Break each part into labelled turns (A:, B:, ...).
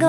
A: 有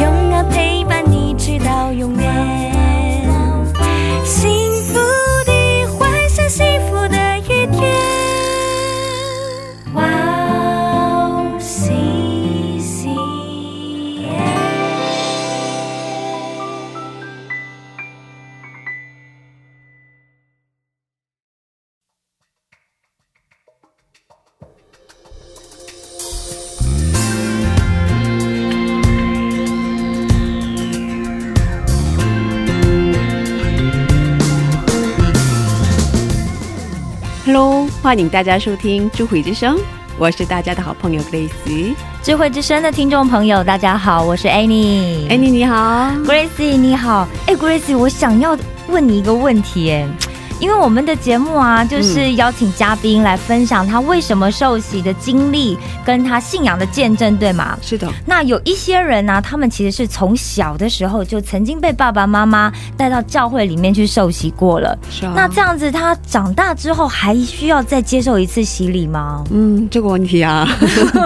A: 永远陪伴你直到永远。幸福的幻想，幸福的一天。哇哦，西西耶！
B: Hello，欢迎大家收听《智慧之声》，我是大家的好朋友 Grace。
C: 智慧之声的听众朋友，大家好，我是 Annie。
B: Annie 你好，
C: Gracie 你好，哎、g r a c i e 我想要问你一个问题，哎，因为我们的节目啊，
B: 嗯
C: 就是邀请嘉宾来分享他为什么受洗的经历，跟他信仰的见证，对吗？
B: 是的，
C: 那有一些人呢、他们其实是从小的时候就曾经被爸爸妈妈带到教会里面去受洗过了。
B: 是啊。
C: 那这样子，他长大之后还需要再接受一次洗礼吗？
B: 嗯，这个问题啊，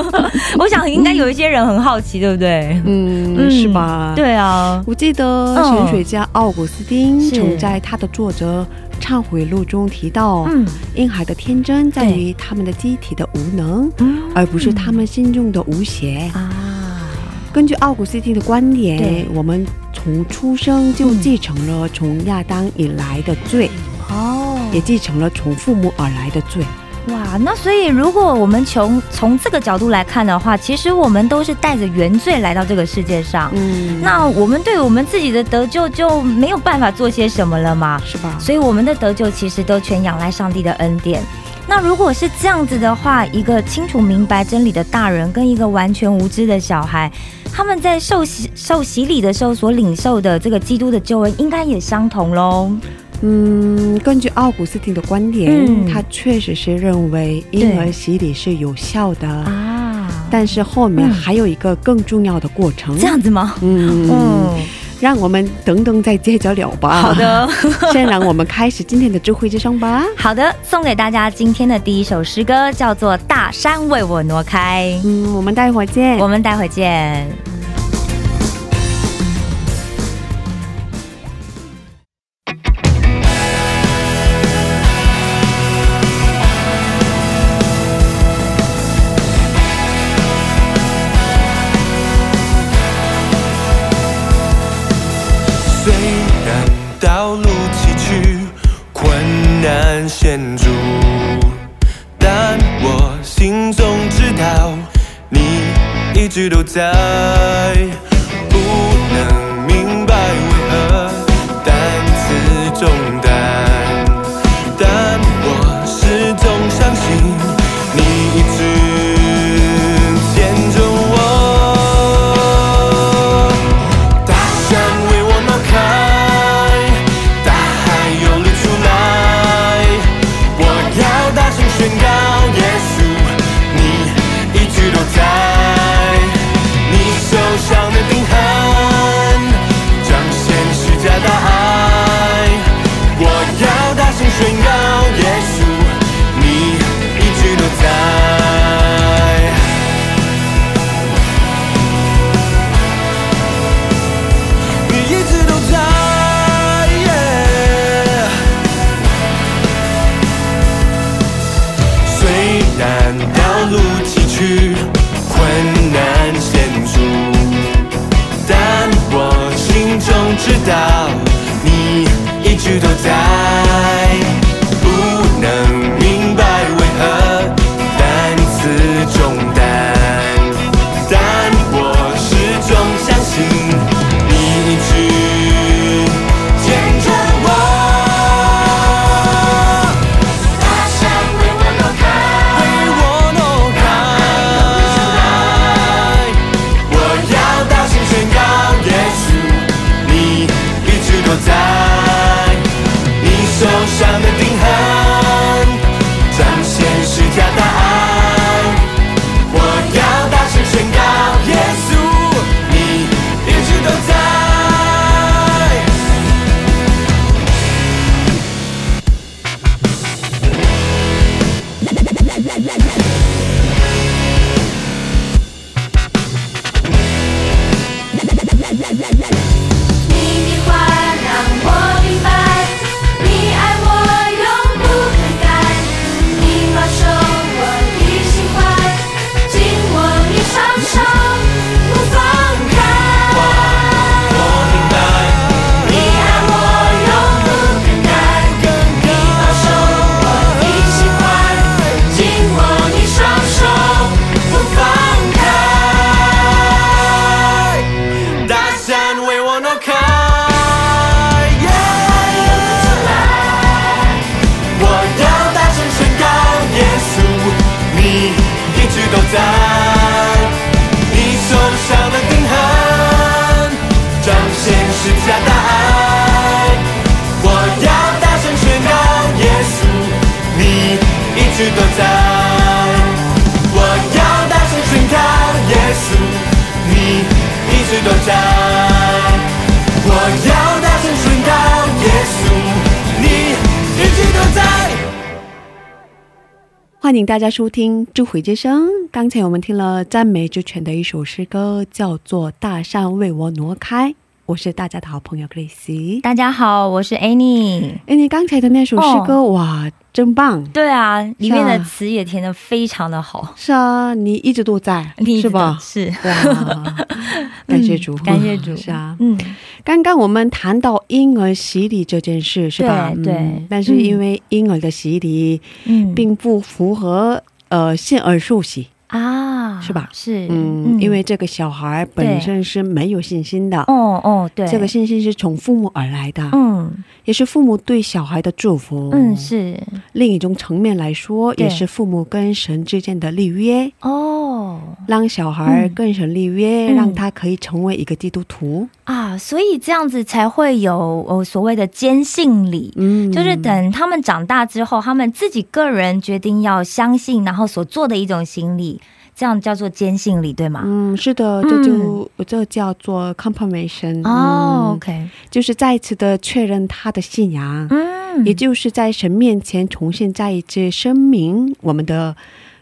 C: 我想应该有一些人很好奇，对不对？
B: 嗯，是吧？。
C: 对啊，
B: 我记得
C: 嗯
B: 神学家奥古斯丁
C: 是
B: 曾在他的作者《忏悔录》中提到，
C: 嗯
B: 婴孩的天真在
C: 对
B: 于他们的机体的无能，
C: 嗯
B: 而不是他们心中的无邪。
C: 啊，
B: 根据奥古斯丁的观点
C: 对，
B: 我们从出生就
C: 嗯
B: 继承了从亚当以来的罪，
C: 哦，
B: 也继承了从父母而来的罪。
C: 哇，那所以如果我们从从这个角度来看的话，其实我们都是带着原罪来到这个世界上。
B: 嗯，
C: 那我们对我们自己的得救就没有办法做些什么了嘛？
B: 是吧？
C: 所以我们的得救其实都全仰赖上帝的恩典。那如果是这样子的话，一个清楚明白真理的大人跟一个完全无知的小孩，他们在受洗受洗礼的时候所领受的这个基督的救恩，应该也相同喽。
B: 嗯，根据奥古斯丁的观点，
C: 嗯
B: 他确实是认为婴儿洗礼是有效的，
C: 啊，
B: 但是后面
C: 嗯
B: 还有一个更重要的过程。
C: 这样子吗？
B: 嗯，
C: 嗯，
B: 让我们等等再接着聊吧。
C: 好，的。
B: 先让我们开始今天的智慧之声吧。
C: 好的，送给大家今天的第一首诗歌，叫做《大山为我挪开》。
B: 嗯，我们待会儿见
C: 我。们待会见。
D: 虽然道路崎岖，困难险阻，但我心中知道，你一直都在。不能明白为何担此重担，但我始终相信你一直牵着我。大山为我挪开，大海有流出来。我要大声宣告，耶稣，你一直都在。你手上的定痕，彰显施加大爱。我要大声宣告，耶稣，你一直都在。你一直都在。yeah 虽然道路崎岖，困难险阻，但我心中知道，你一直都在。不能明白为何担此重担。但我始终相信你一直牵着我。大山为我挪开，为我挪开。我要大声宣告，耶稣，你一直都在。你手上直都在。我要大声宣告，耶稣，你一直都在。我要大声宣告，耶稣，你一直都在。
B: 欢迎大家收听《智慧之声》。刚才我们听了赞美之泉的一首诗歌，叫做《大山为我挪开》。我是大家的好朋友 Grace。
C: 大家哦好，我是 Annie。
B: 哎，你刚才的那首诗歌，哇，真棒！
C: 对啊，里面
B: 是
C: 的
B: 啊
C: 词也填的非常的好，
B: 是啊，你一直都在，
C: 你
B: 是
C: 知道
B: 吧？
C: 是，嗯
B: 哇，感谢主，
C: 感谢主，
B: 是啊。
C: 嗯，
B: 刚刚我们谈到婴儿洗礼这件事，是吧？
C: 对对
B: 嗯但是因为婴儿的洗礼
C: 嗯
B: 并不符合、呃现而受洗，
C: 啊，
B: 是吧
C: 是，
B: 嗯，因为这个小孩本身是没有信心的。
C: 哦哦，对，
B: 这个信心是啊从父母而来的，
C: 嗯
B: 也是父母对小孩的祝福。
C: 嗯，是
B: 另一种层面来说，
C: 对
B: 也是父母跟神之间的立约，
C: 哦
B: 让小孩
C: 嗯
B: 跟神立约，
C: 嗯
B: 让他可以成为一个基督徒。
C: 啊，所以这样子才会有呃所谓的坚信礼。
B: 嗯，
C: 就是等他们长大之后，他们自己个人决定要相信，然后所做的一种行礼，这样叫做坚信礼，对吗？
B: 嗯，是的，这就、这叫做 confirmation，
C: 哦、
B: 嗯
C: o k
B: 就是再一次的确认他的信仰，
C: 嗯，
B: 也就是在神面前重新再一次声明我们的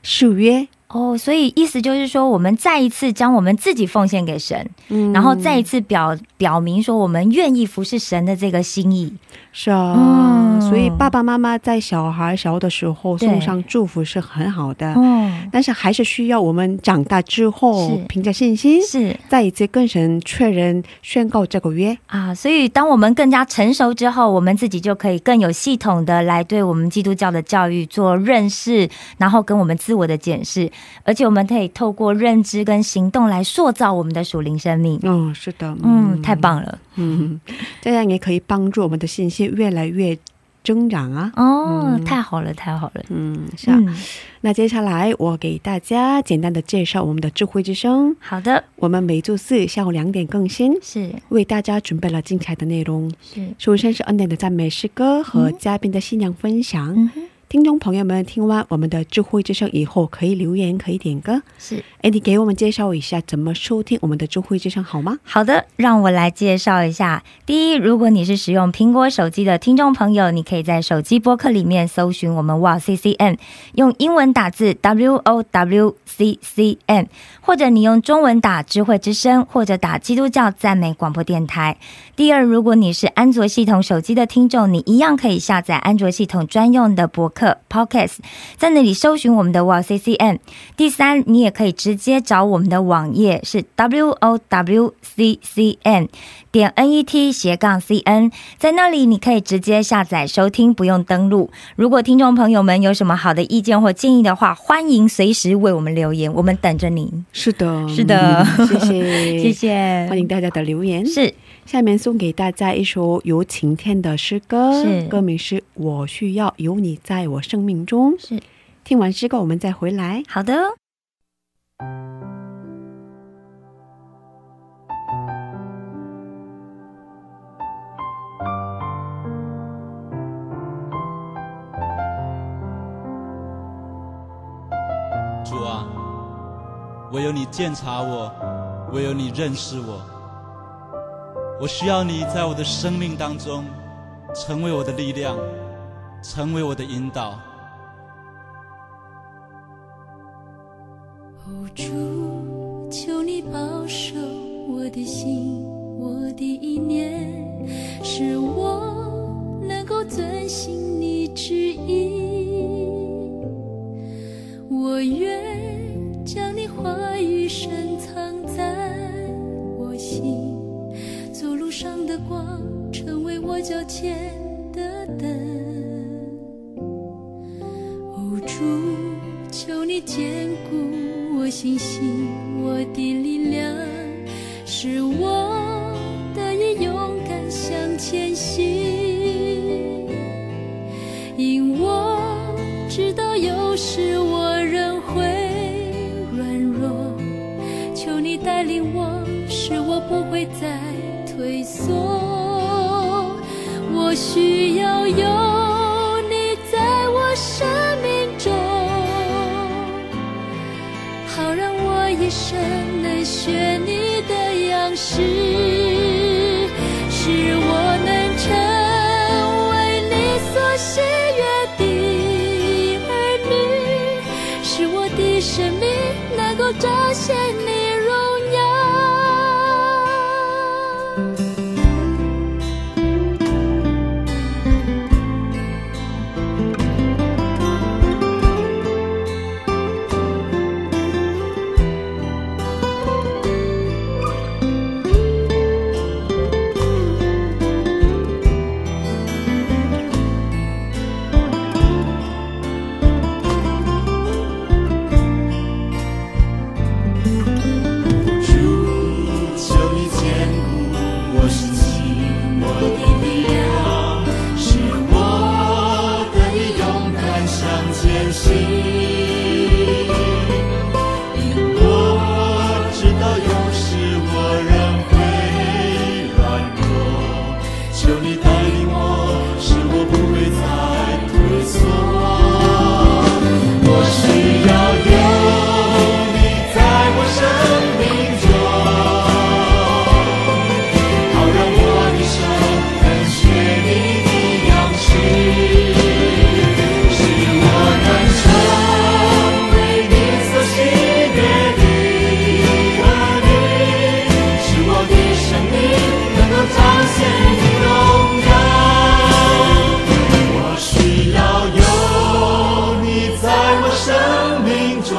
B: 誓约，
C: 哦，所以意思就是说，我们再一次将我们自己奉献给神，
B: 嗯
C: 然后再一次表表明说我们愿意服侍神的这个心意。
B: 是啊、
C: 嗯
B: 所以爸爸妈妈在小孩小的时候
C: 对
B: 送上祝福是很好的，
C: 哦，
B: 但是还是需要我们长大之后
C: 是
B: 凭着信心。
C: 是
B: 再一次跟神确认宣告这个约，
C: 啊，所以当我们更加成熟之后，我们自己就可以更有系统的来对我们基督教的教育做认识，然后跟我们自我的检视，而且我们可以透过认知跟行动来塑造我们的属灵生命。
B: 嗯，是的，
C: 嗯，太棒了
B: 嗯，这样也可以帮助我们的信心越来越增长啊。
C: 哦、太好了，太好了。
B: 嗯，是啊。
C: 嗯，
B: 那接下来我给大家简单的介绍我们的智慧之声，
C: 好的，
B: 我们每周四下午两点更新，
C: 是
B: 为大家准备了精彩的内容。
C: 是，
B: 首先是恩典的赞美诗歌和嘉宾的信仰分享。
C: 嗯哼，
B: 听众朋友们，听完我们的智慧之声以后，可以留言，可以点歌。
C: 是。
B: 哎，你给我们介绍一下怎么收听我们的智慧之声好吗？
C: 好的，让我来介绍一下。第一，如果你是使用苹果手机的听众朋友，你可以在手机播客里面搜寻我们 Wow CCM，用英文打字 W O W C C M，或者你用中文打“智慧之声”或者打“基督教赞美广播电台”。第二，如果你是安卓系统手机的听众，你一样可以下载安卓系统专用的博客 Podcast，在那里搜寻我们的 Wow CCM。第三，你也可以直接找我们的网页是 w o w c c n 点 n e t 斜杠 c n，在那里你可以直接下载收听，不用登录。如果听众朋友们有什么好的意见或建议的话，欢迎随时为我们留言，我们等着您。
B: 是的，
C: 是 的
B: 嗯谢谢，
C: 谢，谢，
B: 欢迎大家的留言。
C: 是
B: 下面送给大家一首由晴天的诗歌
C: 是，
B: 歌名是《我需要有你在我生命中》。
C: 是
B: 听完诗歌我们再回来。
C: 好的哦，
E: 主啊，唯有你鉴察我，唯有你认识我。我需要你在我的生命当中，成为我的力量，成为我的引导。
F: 哦，主，求你保守我的心，我的意念，使我能够遵行你旨意。我愿将你话语深藏在我心，做路上的光，成为我脚前的灯。哦，主，求你坚固我信心，我的力量，使我得以勇敢向前行。因我知道有时我仍会软弱，求你带领我，使我不会再退缩。我需要有你在我生命中。生能学你的样式，使我能成为你所喜悦的儿女，使我的生命能够彰显你荣耀。
D: 主，求你坚固我是寂寞的力量，使我得以勇敢向前行。因我知道有时我仍会软弱，求你带领我，使我不会再退缩。我需要有你在我生命中，好让我一生能学你的样式，使我能成为你所喜悦的儿女，使我的生命能够彰显你荣耀。我需要有你在我生命中，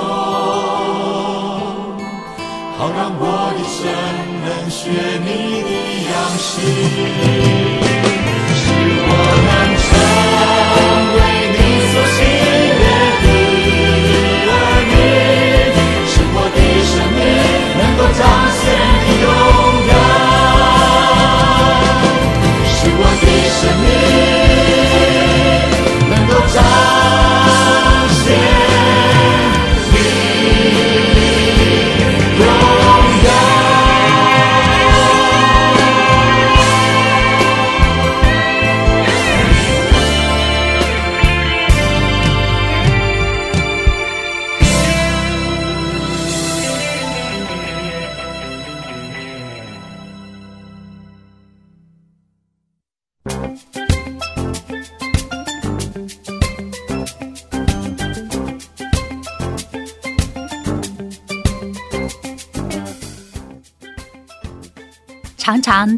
D: 好让我一生能学你的样式，使我能成为你所喜悦的儿女，使我的生命能够彰显你荣耀，使我的生命。能够彰显你荣耀。
G: 常常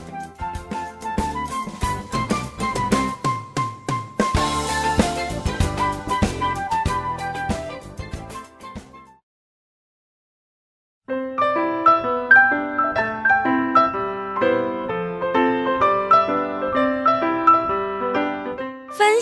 H: 分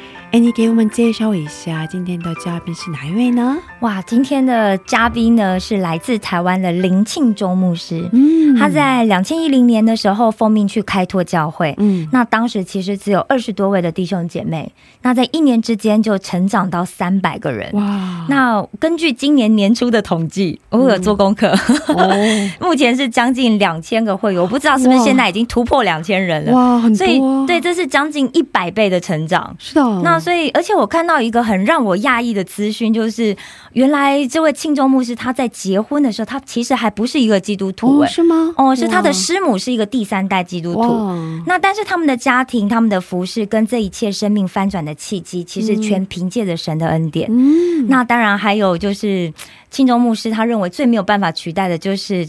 B: 哎，你给我们介绍一下今天的嘉宾是哪一位呢？
C: 哇，今天的嘉宾呢是来自台湾的林庆忠牧师，
B: 嗯
C: 他在两千一零年的时候奉命去开拓教会。
B: 嗯
C: 那当时其实只有二十多位的弟兄姐妹，那在一年之间就成长到三百个人。
B: 哇嗯
C: 那根据今年年初的统计，我有做功课，
B: 哦
C: 目前是将近两千个会员，我不知道是不是
B: 哇
C: 现在已经突破两千人了。
B: 哇很
C: 所以
B: 多啊
C: 对，这是将近一百倍的成长。
B: 是的
C: 那所以而且我看到一个很让我讶异的资讯，就是原来这位庆州牧师他在结婚的时候，他其实还不是一个基督徒、
B: 哦，
C: 哎、
B: 是吗？
C: 哦，是他的
B: 哇
C: 师母是一个第三代基督徒。
B: 哇，
C: 那但是他们的家庭、他们的服饰跟这一切生命翻转的契机，其实全凭借着神的恩典。
B: 嗯，
C: 那当然还有就是庆州牧师，他认为最没有办法取代的就是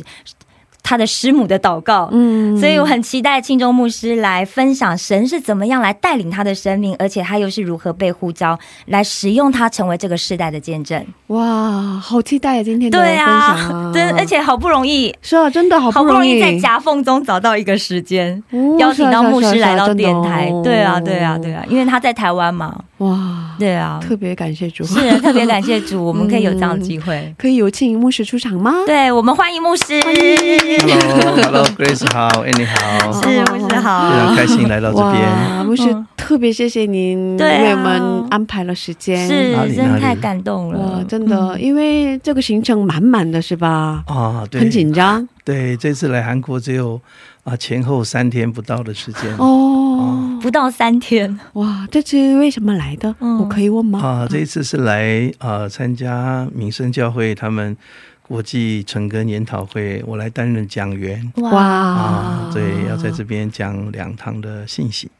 C: 他的师母的祷告。
B: 嗯
C: 所以我很期待庆州牧师来分享神是怎么样来带领他的生命，而且他又是如何被呼召来使用他成为这个世代的见证。
B: 哇，好期待啊今天的分
C: 对
B: 享
C: 啊，真而且好不容易，
B: 是啊，真的好
C: 好不容
B: 容
C: 易在夹缝中找到一个时间。
B: 哦
C: 邀请到牧
B: 是啊
C: 师
B: 是啊
C: 来
B: 是啊
C: 到
B: 真的
C: 电台，
B: 哦
C: 对啊，对啊，对啊，因为他在台湾嘛，
B: 哇，
C: 对啊，
B: 特别感谢主，
C: 是啊特 别感谢主，我们可以有这样的机会。
B: 嗯可以有请牧师出场吗？
C: 对我们欢迎牧师，
I: Hello，Hello，Grace 好，Annie 好，非
C: 是牧师
B: 嗯
C: 好
I: 常，开心来到这边。
B: 哇，牧师
C: 哦嗯
B: 特别谢谢您
C: 对啊
B: 为我们安排了时间，
C: 是
I: 哪里
C: 真
I: 哪
C: 的
I: 里
C: 太感动
B: 哇
C: 了，，嗯
B: 真的，因为这个行程满满的是吧？
I: 啊，对，
B: 很紧张
I: 对，这次来韩国只有啊前后三天不到的时间。
B: 哦，
C: 不到三天，
B: 哇，这次为什么来的？
C: 嗯
B: 我可以问吗？
I: 啊，这一次是来啊参加民生教会他们国际成根研讨会，我来担任讲员。啊，对，要在这边讲两堂的信息。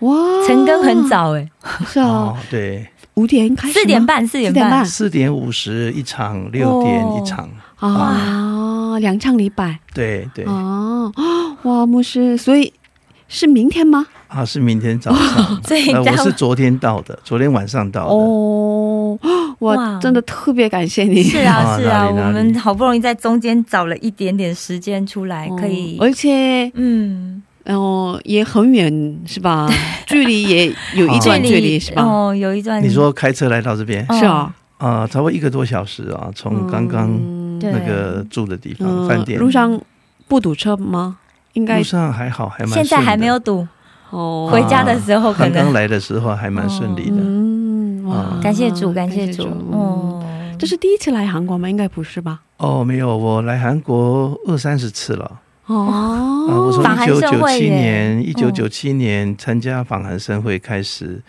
B: 哇，
C: 陈庚很早哎，
B: 是啊，
I: 哦，对，
B: 五点开始吗，
C: 四点半，四点
B: 4点
C: 半
B: 半，哦
I: 四点五十一场，六点一场。
B: 啊，两场礼拜
I: 对对，
B: 哦，哇，牧师，所以是明天 吗？
I: 啊，是明天早上。
C: 所以
I: 那
C: 待
I: 呃我
C: 会
I: 是昨天到的，昨天晚上到的。
B: 哦，
C: 哇
B: 哇，真的特别感谢你，
C: 是啊
I: 啊
C: 是
I: 哪
C: 啊，
I: 里
C: 我
I: 哪里
C: 们好不容易在中间找了一点点时间出来，可以
B: 哦，而且
C: 嗯，
B: 哦也很远是 吧？距离也有一段距离是吧？
C: 哦，有一段
I: 你说开车来到这边
C: 哦
B: 是啊，
I: 啊、差不多一个多小时啊，从刚刚
B: 嗯
C: 对
I: 那个住的地方、
B: 嗯
I: 饭店啊
B: 路上不堵车吗？应该
I: 路上还好，还蛮
C: 现在
I: 顺的
C: 还没有堵，
B: 哦，
C: 回家的时候可
I: 刚刚
C: 能
I: 来的时候还蛮顺利的。
B: 嗯哇，
I: 啊
C: 感谢主，感
B: 感
C: 谢主，哦，
B: 这是第一次来韩国吗？应该不是吧？
I: 哦，没有，我来韩国二三十次了。啊、我
B: 哦
I: 从
C: 法韩
I: 一九
C: 社
I: 九
C: 会
I: 七
C: 耶
I: 年，一九九七年参加访韩生会开始，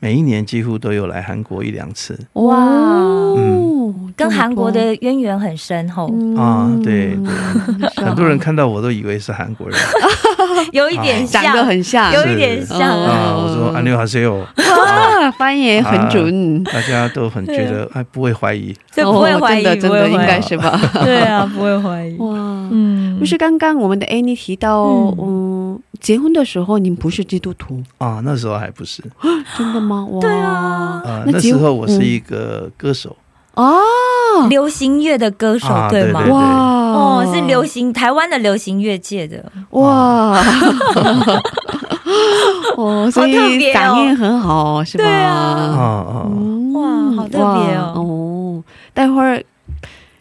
I: 每一年几乎都有来韩国一两次。嗯
C: 哇
B: 哦
C: 跟韩国的渊源很深厚，
B: 嗯
I: 啊对
B: 对
I: 很多人看到我都以为是韩国人
C: 有一
I: 哎
C: 点像
B: 长，得很像，
C: 有一点像
B: 是。
I: 啊， 我说
B: 嗯
I: 안녕하세요，啊
B: 哇，啊翻译也很 准，
I: 大家都很觉
B: 啊
I: 得哎不会怀疑。
C: 这不会怀疑，
B: 哦真的真
C: 不
B: 的
C: 会
B: 应
C: 怀
B: 该
C: 疑，
B: 是吧？
C: 对啊，不会怀疑。
B: 哇，
C: 嗯，
B: 不是刚刚我们的 Annie 提到，嗯，结婚的时候您不是基督 徒，
I: 啊，那时候还不是
B: 真的吗？哇，对啊
I: 啊，那时候我是
B: 嗯
I: 一个歌手，
B: 哦，
C: 流行乐的歌手、
I: 啊
C: 对吗？
I: 对对
B: 哇，
C: 哦，是流行台湾的流行乐界的，
B: 哇，哦，所以
C: 好特别哦
B: 嗓音很好，是吧？
C: 对
I: 啊
B: 啊，
I: 啊，
C: 哇好特别哦
B: 哇哦，待会儿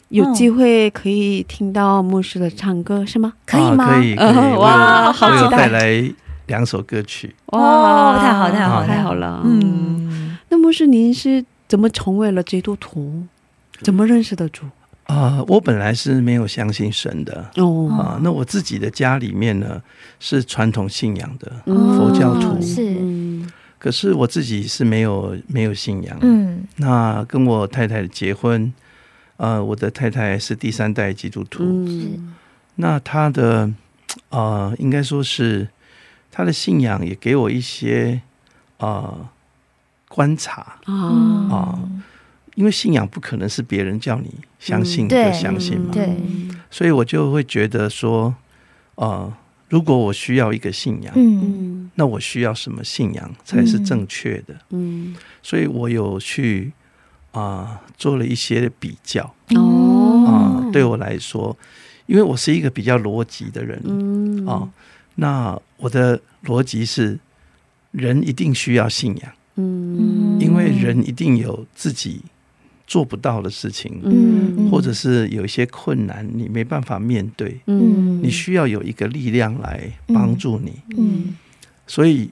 B: 有机会可以听到牧师的唱歌，是吗？
C: 可以
I: 啊
C: 吗？
I: 可以，可
B: 呃
I: 以。
B: 哇
I: 我有
B: 好
I: 我有
B: 期待
I: 带来两首歌曲。啊
C: 哦太好太好
B: 太
C: 太
B: 好
C: 好
B: 了，嗯。
C: 嗯，
B: 那牧师，您是怎么成为了基督徒？怎么认识的主？
I: 啊、我本来是没有相信神的
B: 哦，
I: 啊、那我自己的家里面呢是传统信仰的，
B: 嗯
I: 佛教徒
C: 哦是，
B: 嗯
I: 可是我自己是没有没有信仰。
C: 嗯
I: 那跟我太太结婚，呃，我的太太是第三代基督徒，
B: 嗯，
I: 那她的呃，应该说是她的信仰也给我一些呃观察
B: 啊，
I: 啊、因为信仰不可能是别人叫你相信
B: 嗯
I: 就
C: 对
I: 相信嘛，
C: 对，
I: 所以我就会觉得说，呃，如果我需要一个信仰，
C: 嗯
B: 嗯
I: 那我需要什么信仰才是正确的？
B: 嗯，
I: 所以我有去啊、做了一些比较啊、
B: 哦，
I: 对我来说，因为我是一个比较逻辑的人
B: 嗯
I: 啊、那我的逻辑是。人一定需要信仰，
B: 嗯
I: 因为人一定有自己做不到的事情，
B: 嗯
I: 或者是有一些困难你没办法面对，
B: 嗯
I: 你需要有一个力量来帮助你。
C: 嗯
I: 所以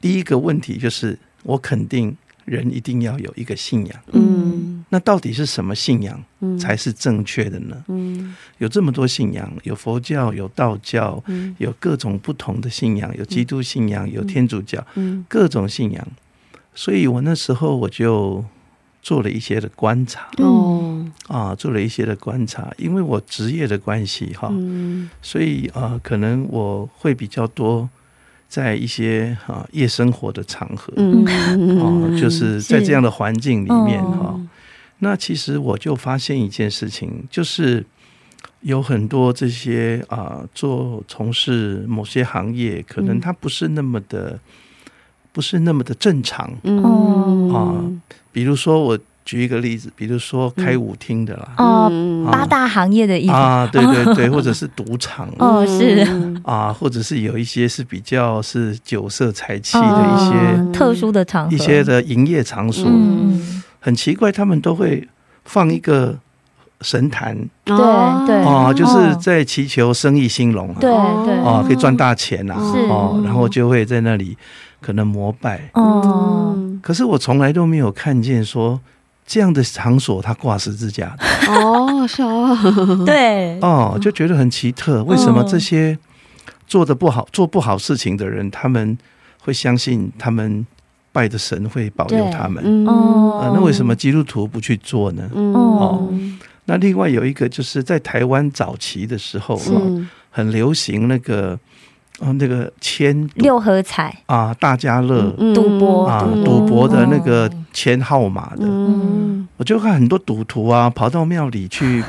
I: 第一个问题就是，我肯定人一定要有一个信仰。
B: 嗯
I: 那到底是什么信仰
B: 嗯
I: 才是正确的呢？
B: 嗯
I: 有这么多信仰，有佛教，有道教，
B: 嗯
J: 음.
I: 有各种不同的信仰，有基督信仰，有天主教，
B: 嗯
I: 各种信仰。所以我那时候我就做了一些的观察
B: 哦，
I: 啊，做了一些的观察，因为我职业的关系哈，
B: 嗯
I: 所以啊、呃可能我会比较多在一些啊、夜生活的场合，
B: 嗯
I: 哦，就是在
C: 是
I: 这样的环境里面
C: 哦
I: 哈、那其实我就发现一件事情，就是有很多这些啊、做从事某些行业，可能
B: 嗯
I: 它不是那么的，不是那么的正常。
B: 哦
I: 哦比如说，我举一个例子，比如说开舞厅的啦，
C: 哦，
B: 嗯
C: 八大行业的一种
I: 啊，对 对对，或者是赌场。
C: 哦是
I: 啊，或者是有一些是比较是酒色财气的一些、
C: 哦特殊的场合，
I: 一些的营业场所，
C: 嗯，嗯
I: 很奇怪，他们都会放一个神坛
B: 哦
C: 对
I: 哦，就是
C: 哦
I: 在祈求生意兴隆啊，
C: 对
B: 哦
C: 对
I: 哦，可以赚大钱啊，
B: 是
I: 哦，然后就会在那里可能膜拜。
C: 哦，
I: 可是我从来都没有看见说这样的场所它挂十字架的
B: 哦是哦，
C: 对，
I: 哦，就觉得很奇特，为什么
C: 嗯
I: 这些做的不好、做不好事情的人，他们会相信他们拜的神会保佑
C: 对
I: 他们？
B: 嗯
I: 啊，那为什么基督徒不去做呢？
B: 哦
I: 那另外有一个就是在台湾早期的时候，哦
B: 嗯
I: 很流行那个哦那个签赌
C: 六合彩
I: 啊大家乐、
C: 赌博
I: 啊
B: 嗯
I: 赌博的那个签号码的，
B: 嗯
I: 我就看很多赌徒啊跑到庙里去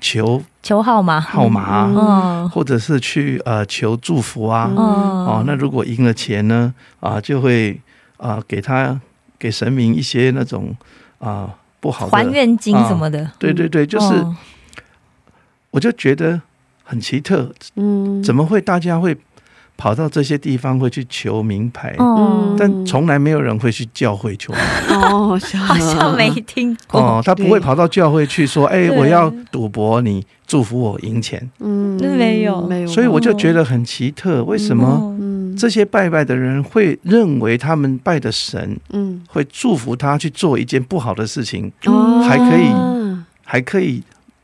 I: 求
C: 求号码，
I: 号码啊、
C: 嗯
I: 或者是去呃求祝福啊。
B: 嗯
I: 哦
C: 哦，
I: 那如果赢了钱呢啊、就会啊、给他给神明一些那种啊、不好的啊
C: 还愿金什么的，
I: 对对对，就是。
C: 哦
I: 我就觉得很奇特，
B: 嗯
I: 怎么会大家会跑到这些地方会去求名牌？
C: 哦，
I: 但从来没有人会去教会求名牌
B: 哦是
C: 好像没听过，
I: 哦，他不会跑到教会去说：“哎，
C: 对
I: 我要赌博，你祝福我赢钱。
B: 嗯没有，”
I: 所以我就觉得很奇特，为什么
C: 哦
B: 嗯
I: 这些拜拜的人会认为他们拜的神
B: 嗯
I: 会祝福他去做一件不好的事情，
C: 嗯
B: 哦
I: 还可以还可以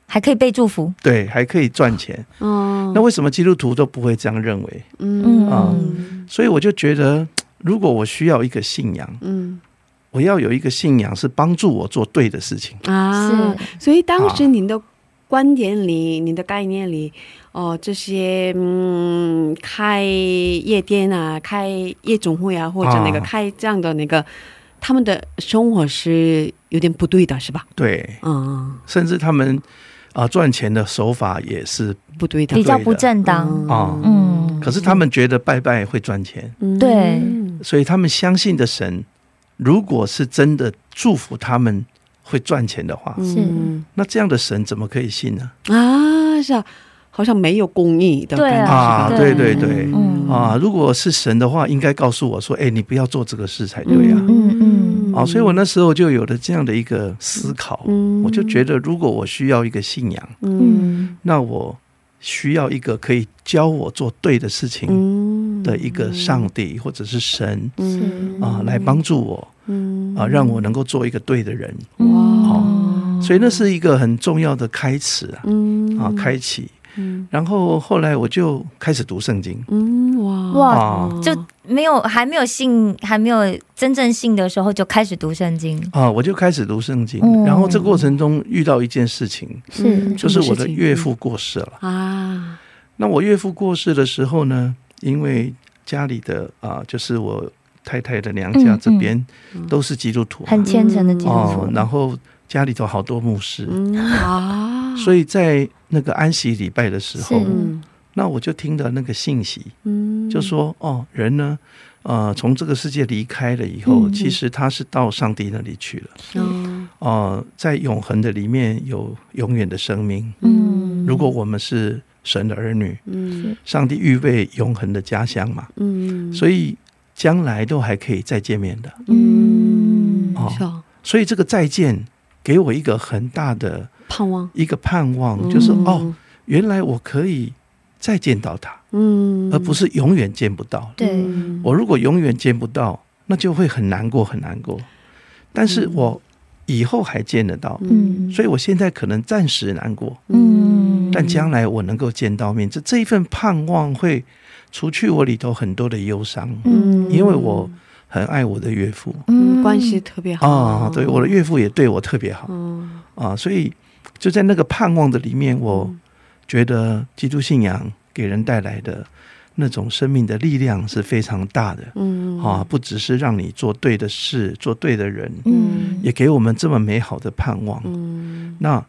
C: 还可以被祝福，
I: 对，还可以赚钱？
B: 哦
I: 那为什么啊基督徒都不会这样认为？
B: 嗯
I: 所以我就觉得，如果我需要一个信仰，
B: 嗯
I: 我要有一个信仰是帮助我做对的事情。
B: 啊，所以当时您的观点里，您的概念里，哦、这些嗯，开夜店啊，开夜总会啊，或者那个
I: 啊
B: 开这样的那个，他们的生活是有点不对的，是吧？
I: 对，
B: 嗯，
I: 甚至他们啊、赚钱的手法也是
B: 不对的
C: 比。较不正当，
I: 啊、
C: 嗯，
I: 可是他们觉得拜拜会赚钱，
B: 嗯
C: 对
I: 所以他们相信的神，如果是真的祝福他们会赚钱的话，
C: 是
B: 嗯
I: 那这样的神怎么可以信呢？
B: 啊，是啊，好像没有公益的
C: 对
B: 感觉
I: 啊，
C: 对
I: 对对对。
C: 嗯
I: 啊，如果是神的话，应该告诉我说：“哎、你不要做这个事才对呀、啊。
C: 嗯
I: 哦，所以我那时候就有了这样的一个思考，
B: 嗯
I: 我就觉得如果我需要一个信仰，
J: 음.
C: 嗯
I: 那我需要一个可以教我做对的事情
B: 嗯
I: 的一个上帝或者是神
B: 嗯
I: 啊、来帮助我
B: 嗯
I: 啊、让我能够做一个对的人。啊
C: 哇，
I: 所以那是一个很重要的开始啊，
B: 嗯
I: 啊，开启。
B: 嗯
I: 然后后来我就开始读圣经
B: 嗯哇
C: 哇
I: 啊
C: 就没有还没有信，还没有真正信的时候就开始读圣经，
I: 啊，我就开始读圣经
B: 哦
C: 嗯。
I: 然后这过程中遇到一件事情，
B: 嗯
I: 就是我
B: 什么事
I: 的
B: 情
I: 岳父过世了。
B: 啊，
I: 那我岳父过世的时候呢，因为家里的啊、就是我太太的娘家
C: 嗯
I: 这边、
B: 嗯
I: 都是基督徒嘛、
C: 很虔诚的基督
I: 哦
C: 徒，，
I: 然后家里头好多牧师，
B: 嗯啊，
I: 所以在那个安息礼拜的时候
C: 是，
B: 嗯
I: 那我就听到那个信息，
B: 嗯，
I: 就说哦，人呢。呃，从这个世界离开了以后，
C: 嗯
I: 其实他是到上帝那里去了。
B: 嗯
I: 哦、在永恒的里面有永远的生命。
C: 嗯
I: 如果我们是神的儿女，
B: 嗯
I: 上帝预备永恒的家乡嘛。
B: 嗯，
I: 所以将来都还可以再见面的。
C: 嗯
I: 哦
B: 是啊，
I: 所以这个再见给我一个很大的
B: 盼望
I: 一个盼望，就是
B: 嗯
I: 哦，原来我可以再见到他，
B: 嗯，
I: 而不是永远见不到。
C: 对，
B: 嗯
I: 我如果永远见不到，那就会很难过，很难过。但是我以后还见得到，
B: 嗯
I: 所以我现在可能暂时难过，
C: 嗯
I: 但将来我能够见到面，这这一份盼望会除去我里头很多的忧伤，
C: 嗯
I: 因为我很爱我的岳父
B: 嗯，关系特别好
I: 啊、对，我的岳父也对我特别好
B: 嗯
I: 啊、所以就在那个盼望的里面，我觉得基督信仰给人带来的那种生命的力量是非常大的
J: 음.
B: 嗯
I: 啊、不只是让你做对的事、做对的人，
J: 음.
C: 嗯
I: 也给我们这么美好的盼望。
J: 음.
B: 嗯
I: 那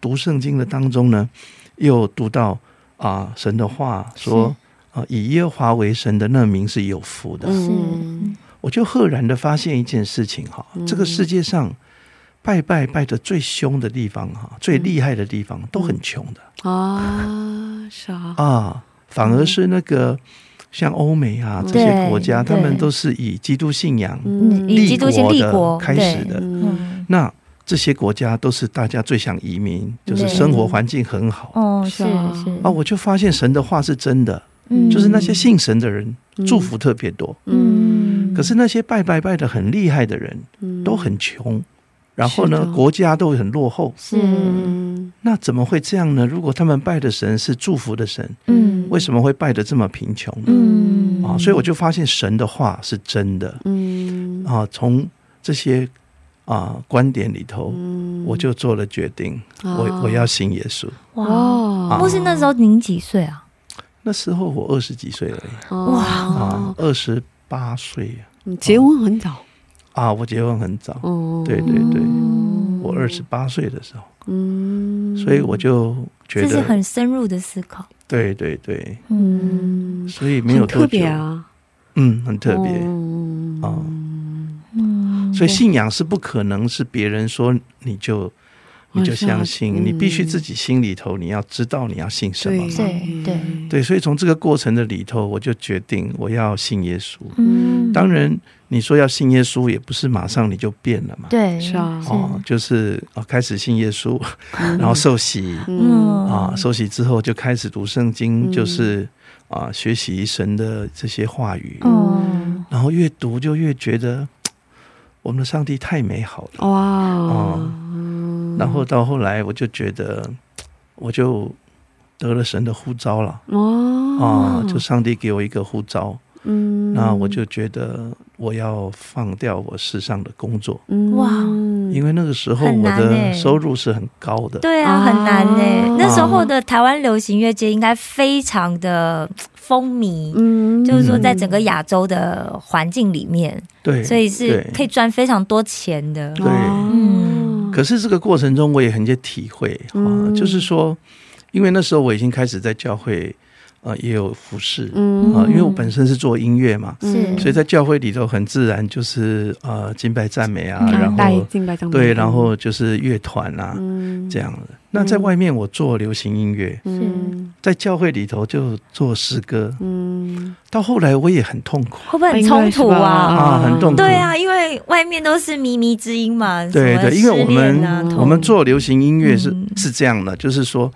I: 读圣经的当中呢，又读到啊、神的话说啊、以耶和华为神的那名是有福的。
B: 嗯
I: 我就赫然的发现一件事情哈，这个世界上拜拜拜的最凶的地方哈，
B: 嗯
I: 最厉害的地方都很穷的、
B: 啊是啊
I: 啊，反而是那个像欧美啊这些国家，
C: 嗯对
I: 他们都是以基督信仰
C: 嗯以基督信立国
I: 的开始的，
B: 嗯
C: 嗯，
I: 那。这些国家都是大家最想移民，就是
C: 对
I: 生活环境很好，
C: 哦，
B: 是
C: 是
B: 啊
C: 是
I: 啊，，我就发现神的话是真的，
C: 嗯
I: 就是那些信神的人
B: 嗯
I: 祝福特别多，
C: 嗯，
I: 可是那些拜拜拜的很厉害的人
B: 嗯
I: 都很穷，然后
B: 是
I: 呢
B: 的，
I: 国家都很落后，
C: 是
B: 嗯
I: 那怎么会这样呢？如果他们拜的神是祝福的神，
C: 嗯
I: 为什么会拜的这么贫穷呢？
C: 嗯
I: 啊，所以我就发现神的话是真的
B: 嗯
I: 啊，从这些啊观点里头，
B: 嗯
I: 我就做了决定，我我要信耶稣。
C: 啊哇，
B: 哇
C: 牧师那时候您几岁啊？
I: 那时候我二十几岁而已
C: 哦
I: 啊
B: 哇，
I: 二十八岁
B: 嗯结婚很早
I: 啊，我结婚很早，
B: 哦
I: 对对对，
C: 嗯
I: 我二十八岁的时候，
B: 嗯
I: 所以我就觉
C: 这是
I: 得，
C: 很深入的思考，
I: 对对对，
C: 嗯
B: 嗯
I: 所以没有
B: 很
I: 多
B: 特
I: 久
B: 别，啊
I: 嗯，很特别
B: 嗯
I: 啊，
C: 哦嗯，
I: 所以信仰是不可能是别人说你就你就相
B: 我
I: 信，
B: 想
I: 你必须自己心里头你要知道你要信什么
B: 嗯对
I: 嘛。
C: 对对
I: 对，所以从这个过程的里头，我就决定我要信耶稣。
C: 嗯，
I: 当然，你说要信耶稣，也不是马上你就变了嘛。
C: 对
B: 是啊
I: 哦，就是哦，开始信耶稣，然后受洗
B: 嗯
I: 啊，受洗之后就开始读圣经，
B: 嗯
I: 就是啊，学习神的这些话语，
C: 哦，
I: 然后越读就越觉得嘖我们的上帝太美好了。
B: 哇
I: 哦
C: 嗯
I: 然后到后来，我就觉得嘖我就得了神的呼召了
B: 哦
I: 啊，就上帝给我一个呼召，
B: 嗯
I: 那我就觉得我要放掉我世上的工作。
C: 哇
I: 因为那个时候
C: 很
I: 我
C: 难欸
I: 的收入是很高的，
C: 对啊，
B: 啊
C: 很难呢、那时候
I: 啊
C: 的台湾流行乐界应该非常的风靡，
B: 嗯
C: 就是说在整个亚洲的环境里面，
I: 对，
C: 所以是
I: 对
C: 可以赚非常多钱的。
I: 对
C: 嗯
I: 可是这个过程中，我也很有体会啊、就是说，因为那时候我已经开始在教会，呃，也有服侍啊、
B: 嗯
I: 因为我本身是做音乐嘛，
C: 是，
I: 所以在教会里头很自然就是呃敬拜赞美啊，然
B: 拜
I: 后
B: 敬拜当
I: 对，然后就是乐团啊、
B: 嗯
I: 这样的。那在外面我做流行音乐，
J: 음.
B: 嗯
I: 在教会里头就做诗歌，
B: 嗯
I: 到后来我也很痛苦
C: 会不会很冲突啊？
I: 啊，很痛苦。
C: 对啊，因为外面都是靡靡之音嘛，
I: 对
C: 什么
I: 对因为我们
C: 失恋啊
I: 我们做流行音乐是、
C: 嗯
I: 是这样的，就是说，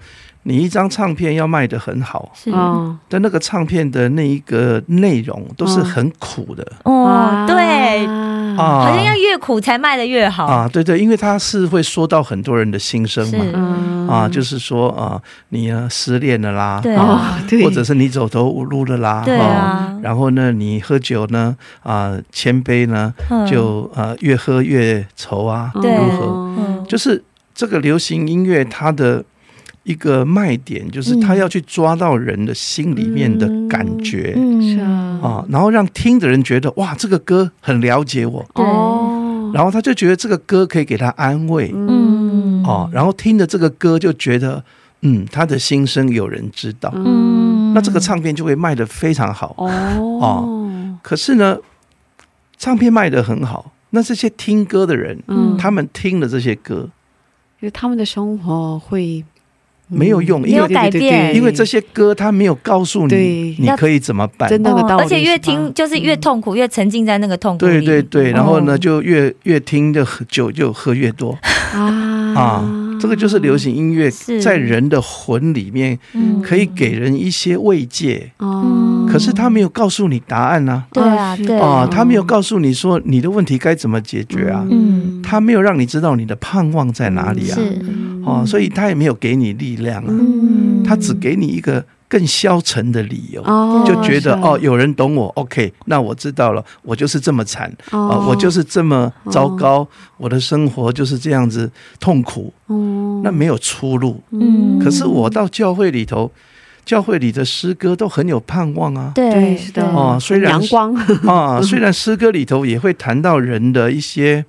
I: 你一张唱片要卖得很好，
C: 痛
B: 哦
I: 但那个唱片的那一个内容都是很苦的、
C: 是哦，对，
B: 啊
I: 啊，
C: 好像要越苦才卖的越好，
I: 啊，对对，因为它是会说到很多人的心声
C: 是嗯
I: 嘛，啊，就是说啊，你啊失恋了啦，
C: 对
I: 啊，
B: 啊对，
I: 或者是你走投无路了啦，
C: 对
I: 哦
C: 啊，
I: 然后呢，你喝酒呢，啊、千杯呢，
C: 嗯
I: 就呃越喝越愁啊，
C: 对
I: 如何？
C: 嗯
I: 就是这个流行音乐它的一个卖点，就是
C: 嗯
I: 它要去抓到人的心里面的感觉、
C: 嗯
B: 是啊
I: 啊，然后让听的人觉得哇，这个歌很了解我，
C: 对
B: 哦，
I: 然后他就觉得这个歌可以给他安慰、
C: 嗯
I: 哦，然后听着这个歌就觉得嗯，他的心声有人知道，
C: 嗯
I: 那这个唱片就会卖得非常好。
J: 어.
B: 哦
I: 可是呢，唱片卖得很好，那这些听歌的人，
B: 嗯，
I: 他们听了这些歌，
B: 因为他们的生活会
I: 没有用
B: 嗯
I: 因为
B: 对对对对
C: 哎
I: 因为这些歌他没有告诉你
B: 对
I: 你可以怎么办。嗯
B: 真的那个
C: 哦
B: 道理
C: 而且越
B: 是
C: 听
B: 吧
C: 就是越痛苦，越沉浸在那个痛苦
I: 对
C: 里。
I: 对
B: 嗯
I: 对，然后呢，
C: 哦
I: 就越越听就喝酒就喝越多
B: 啊
I: 啊，这个就是流行音乐
C: 是
I: 在人的魂里面
C: 嗯
I: 可以给人一些慰藉，
B: 哦，
I: 可是他没有告诉你答案啊，
C: 对啊，对
I: 啊，
B: 嗯
I: 他没有告诉你说你的问题该怎么解决啊，
C: 嗯
I: 他没有让你知道你的盼望在哪里啊，
C: 是
I: 哦，所以他也没有给你力量啊，
C: 嗯
I: 他只给你一个更消沉的理由。
B: 哦
I: 就觉得
C: 啊
B: 是
I: 哦，有人懂我，OK，那我知道了，我就是这么惨啊、
B: 哦
I: 我就是这么糟糕，我的生活就是这样子痛苦，
B: 嗯
I: 那没有出路。
C: 嗯
I: 可是我到教会里头，教会里的诗歌都很有盼望啊。
C: 对
B: 对是的
I: 哦，虽然
B: 阳光
I: 啊，虽 然诗歌里头也会谈到人的一些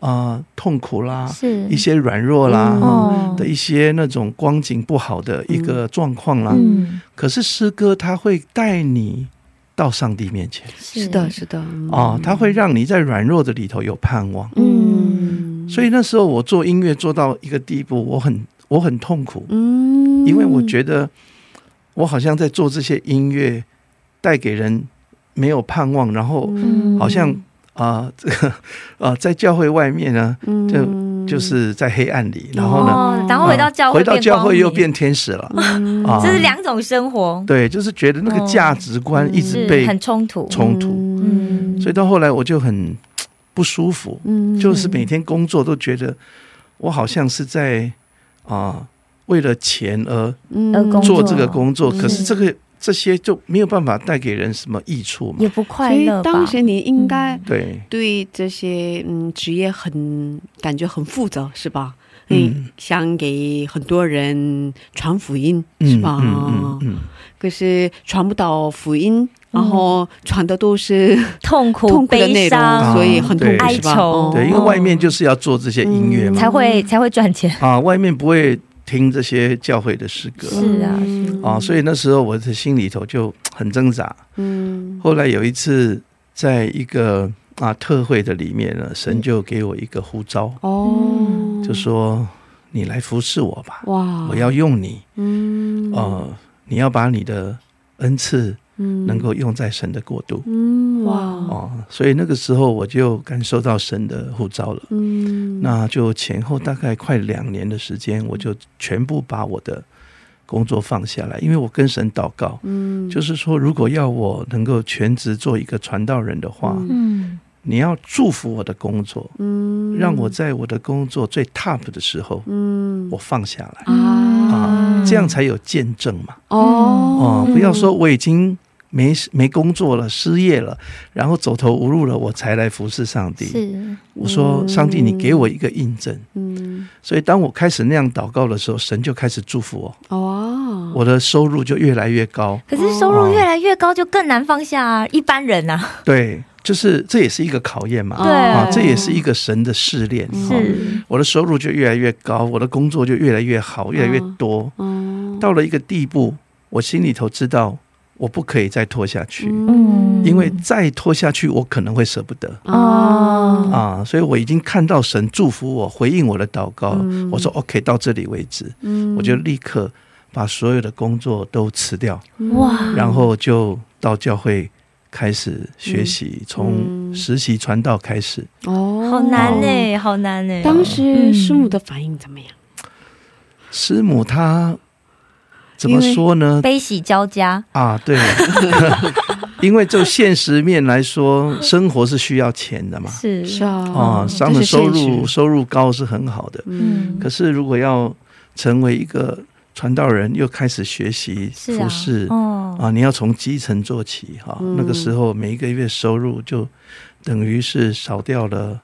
I: 啊、痛苦啦，
C: 是
I: 一些软弱
B: 嗯
I: 啦。
C: 哦
I: 的一些那种光景不好的一个状况啦，
C: 嗯
I: 可是诗歌它会带你到上帝面前
B: 是的，是的
I: 哦，它会让你在软弱的里头有盼望。
B: 嗯
I: 所以那时候我做音乐做到一个地步，我很我很痛苦，
B: 嗯
I: 因为我觉得我好像在做这些音乐，带给人没有盼望，然后
B: 嗯
I: 好像啊、这个啊、在教会外面呢，就
B: 嗯
I: 就是在黑暗里，然后呢，啊
C: 哦，然后回到教会，
I: 回到教会又，变天使了啊
C: 这是两种生活，
I: 对，就是觉得那个
B: 哦
I: 价值观一直
C: 是
I: 被
C: 很冲突。
I: 冲突，
C: 嗯
I: 所以到后来我就很不舒服，
B: 嗯
I: 就是每天工作都觉得我好像是在啊、为了钱而
C: 而工
I: 做这个工作，
B: 嗯
I: 可是这个这些就没有办法带给人什么益处嘛
C: 也。不快
B: 所以
C: 乐吧？嗯
B: 当时你应该
I: 对，
B: 对这些嗯职业很感觉很负责是吧？
I: 嗯
B: 你想给很多人传福音是
I: 嗯
B: 吧？
I: 嗯嗯嗯，
B: 可是传不到福音，然后传的都是
C: 嗯痛 苦、
B: 痛苦的
C: 悲
B: 内容，
C: 伤
I: 啊
B: 所以很痛苦
I: 对
B: 是吧？
C: 哀愁
I: 对，因为
C: 哦
I: 外面就是要做这些音乐嘛，
C: 才会
B: 嗯
C: 才会赚钱。
I: 啊，外面不会听这些教会的诗歌
C: 是啊，
I: 啊，所以那时候我的心里头就很挣扎。
B: 嗯
I: 后来有一次，在一个啊特会的里面呢，神就给我一个呼召，
B: 嗯哦，
I: 就说你来服侍我吧，
B: 哇，
I: 我要用你，
B: 嗯
I: 呃，你要把你的恩赐
B: 嗯
I: 能够用在神的国度。
B: 嗯哇
I: 哦，所以那个时候我就感受到神的呼召了。
J: 음.
B: 嗯
I: 那就前后大概快两年的时间，我就全部把我的工作放下来，因为我跟神祷告，
B: 嗯
I: 就是说，如果要我能够全职做一个传道人的话，
C: 嗯，
I: 你要祝福我的工作，
B: 嗯
I: 让我在我的工作最 top 的时候，
B: 嗯
I: 我放下来
B: 啊
I: 啊，这样才有见证嘛。
B: 哦
I: 哦，不要说我已经没没工作了，失业了，然后走投无路了，我才来服侍上帝。
C: 是
I: 我说，上帝，你给我一个印证。
J: 음.
B: 嗯
I: 所以，当我开始那样祷告的时候，神就开始祝福我，
B: 哇
I: 我的哦收入就越来越高。
C: 可是收入越来越高，就更难放下啊！一般人啊，
I: 对，就是这也是一个考验嘛，
B: 对
I: 啊，这也是一个神的试炼。哦
C: 是
I: 我的收入就越来越高，我的工作就越来越好，越来越多。
J: 어.
B: 嗯
I: 到了一个地步，我心里头知道我不可以再拖下去，
C: 嗯
I: 因为再拖下去我可能会舍不得。
J: 아.
C: 哦
I: 啊，所以我已经看到神祝福我，回应我的祷告。
B: 嗯
I: 我说 OK，到这里为止，
B: 嗯
I: 我就立刻把所有的工作都辞掉，
C: 哇
I: 然后就到教会开始学习，
B: 嗯
I: 从实习传道开始。
B: 哦
C: 好难呢，好难呢。嗯
B: 当时师母的反应怎么样？
I: 师母她怎么
B: 因为
I: 说呢？
C: 悲喜交加，
I: 啊， 对，因为就现实面来说，生活是需要钱的嘛。
C: 是
B: 是啊，
I: 啊，
B: 这
I: 当然
B: 是
I: 收
B: 现
I: 入
B: 实
I: 收入高是很好的，
C: 嗯
I: 可是如果要成为一个传道人，又开始学习
C: 是啊
I: 服饰啊
C: 哦，
I: 你要从基层做起哈、
B: 嗯
I: 那个时候每一个月收入就等于是少掉了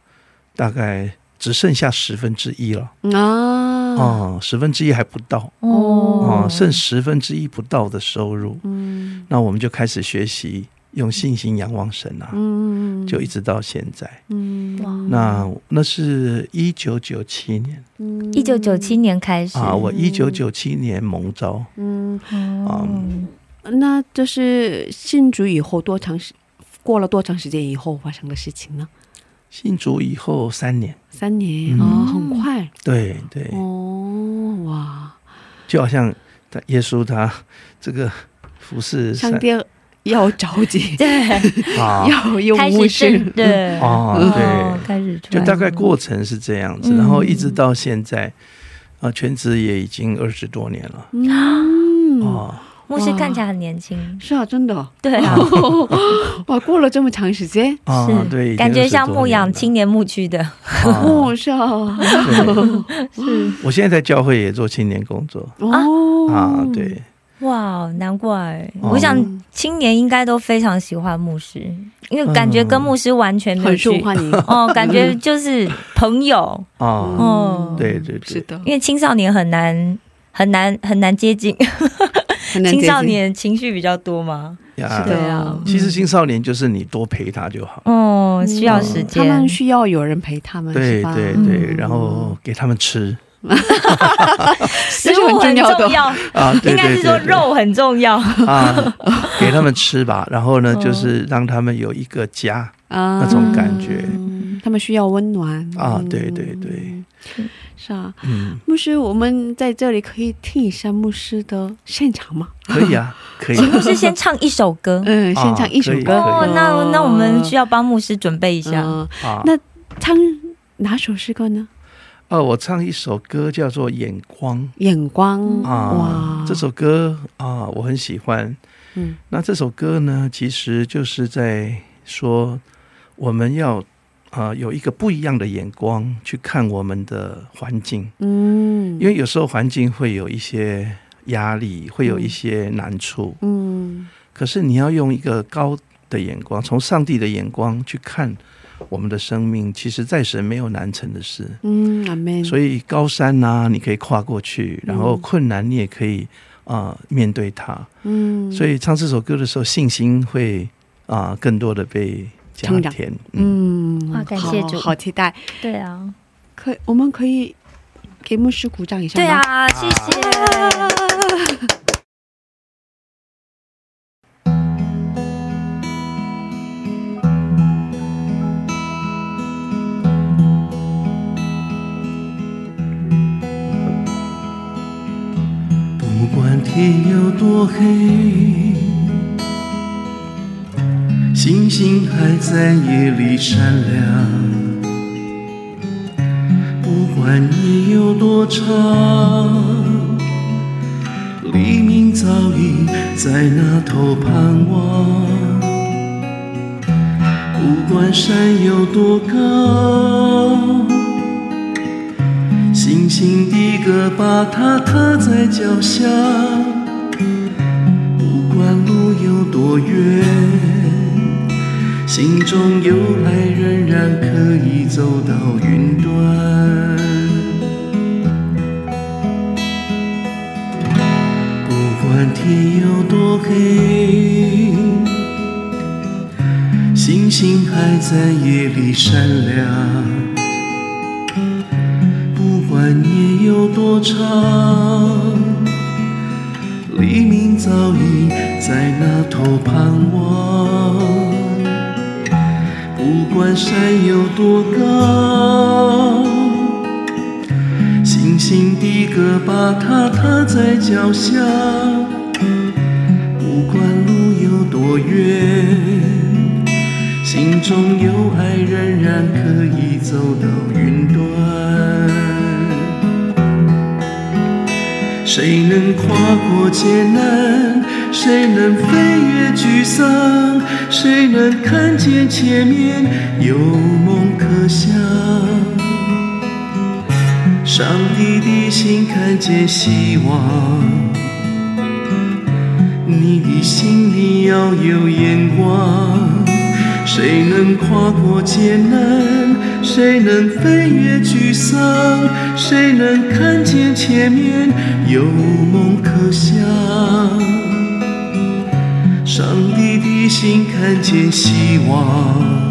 I: 大概只剩下十分之一了
B: 啊
I: 啊，十分之一还不到
C: 哦
I: 啊，剩十分之一不到的收入，
J: 음.
B: 嗯
I: 那我们就开始学习用信心仰望神啊，
B: 嗯
I: 就一直到现在。
B: 嗯
I: 那那是一九九七年
C: 一九九七年开始
I: 啊，我一九九七年蒙召
B: 嗯，
C: 哦
I: 啊，
B: 那就是信主以后多长时，过了多长时间以后发生的事情呢？
I: 信主以后三年，
B: 三年
I: 嗯
B: 哦，很快
I: 对对，
B: 哦，哇，
I: 就好像他耶稣他这个服饰
B: 上帝要着急，
C: 对，
I: 啊
B: 要用
C: 开
B: 牧
C: 始
B: 师
C: 正，对，
I: 啊，
C: 哦
I: 对，
C: 开始
I: 就大概过程是这样子，
C: 嗯
I: 然后一直到现在啊，全职也已经二十多年了
B: 嗯，
I: 啊，
C: 牧师看起来很年轻，
B: 是啊，真的，
C: 对啊，
B: 哇， 过了这么长时间，
I: 啊，
C: 是
I: 对，已经
C: 感觉像
I: 20多
C: 牧
I: 年
C: 养
I: 了
C: 青年牧区的，
I: 啊
B: 哦，是啊，
I: 对，我现在在教会也做青年工作
B: 哦
I: 啊，，对，
C: 哇，难怪！
J: 哦
C: 我想青年应该都非常喜欢牧师，因为感觉跟牧师完全没有
B: 嗯很受
C: 距
B: 欢迎。
C: 哦，感觉就是朋友
I: 啊
J: 哦，
C: 哦，
J: 对对
B: 是
J: 对，
B: 的，
C: 因为青少年很难很难很难接近，
B: 很难
C: 青少
B: 接近
C: 年情绪比较多嘛，嗯
J: 呀
B: 对啊，
J: 其实青少年就是你多陪他就
B: 嗯
J: 好，
C: 哦，需要时
B: 他
C: 间，嗯
B: 们需要有人陪他们，
J: 对
B: 是吧？嗯
J: 对对，然后给他们 吃
C: 食
B: 这是
C: 物
B: 很重
C: 很
B: 要的
C: 重要，
J: 啊，对
C: 应该
J: 对
C: 是说
J: 对对
C: 肉很重要，
J: 啊，给他们吃吧，然后呢，就是让他们有一个家
B: 啊，
J: 那种感觉
B: 嗯他们需要温暖
J: 啊
B: 嗯，
J: 对对对，
B: 是啊。
J: 嗯，
B: 牧师，我们在这里可以听一下牧师的现场吗？
J: 可以 啊，可以，
C: 请牧师先唱一首歌。
B: 嗯，
J: 啊
B: 现场一首
J: 可以
B: 歌。嗯
C: 哦，那那我们需
B: 要
C: 要帮牧师准备一下。
J: 啊
B: 那唱哪首诗歌呢？
J: 哦，我唱一首歌叫做《眼光
B: 眼光》
J: 啊
B: 嗯哇，，
J: 这首歌啊，我很喜欢。
B: 嗯
J: 那这首歌呢，其实就是在说我们要啊、有一个不一样的眼光去看我们的环境，
B: 嗯
J: 因为有时候环境会有一些压力，会有一些难处，
B: 嗯
J: 可是你要用一个高的眼光，从上帝的眼光去看我们的生命，其实在神没有难成的事。
B: 嗯，嗯阿妹，
J: 所
B: 以
J: 以高山呐、你可以跨过去，然后困难你也可以啊、面对它。
B: 嗯，
J: 所
B: 以
J: 以唱这首歌的时候，信心会啊、更多的被加
B: 成长
J: 添。嗯，
B: 嗯，
C: 哇感谢主
B: 好好期待。
C: 对啊，
B: 可我们可以给牧师鼓掌一下
C: 对
B: 吗？
C: 啊，谢谢。
J: 不管天有多黑，星星还在夜里闪亮。不管夜有多长。黎明早已在那头盼望。不管山有多高，星星的歌把它踏在脚下。不管路有多远，心中有爱仍然可以走到云端。不管天有多黑，星星还在夜里闪亮。不管夜有多长，黎明早已在那头盼望。不管山有多高。星星的歌把它踏在脚下，不管路有多远，心中有爱仍然可以走到云端。谁能跨过艰难？谁能飞越沮丧？谁能看见前面有梦可想？上帝的心看见希望，你的心里要有眼光。谁能跨过艰难？谁能飞越沮丧？谁能看见前面有梦可想？上帝的心看见希望。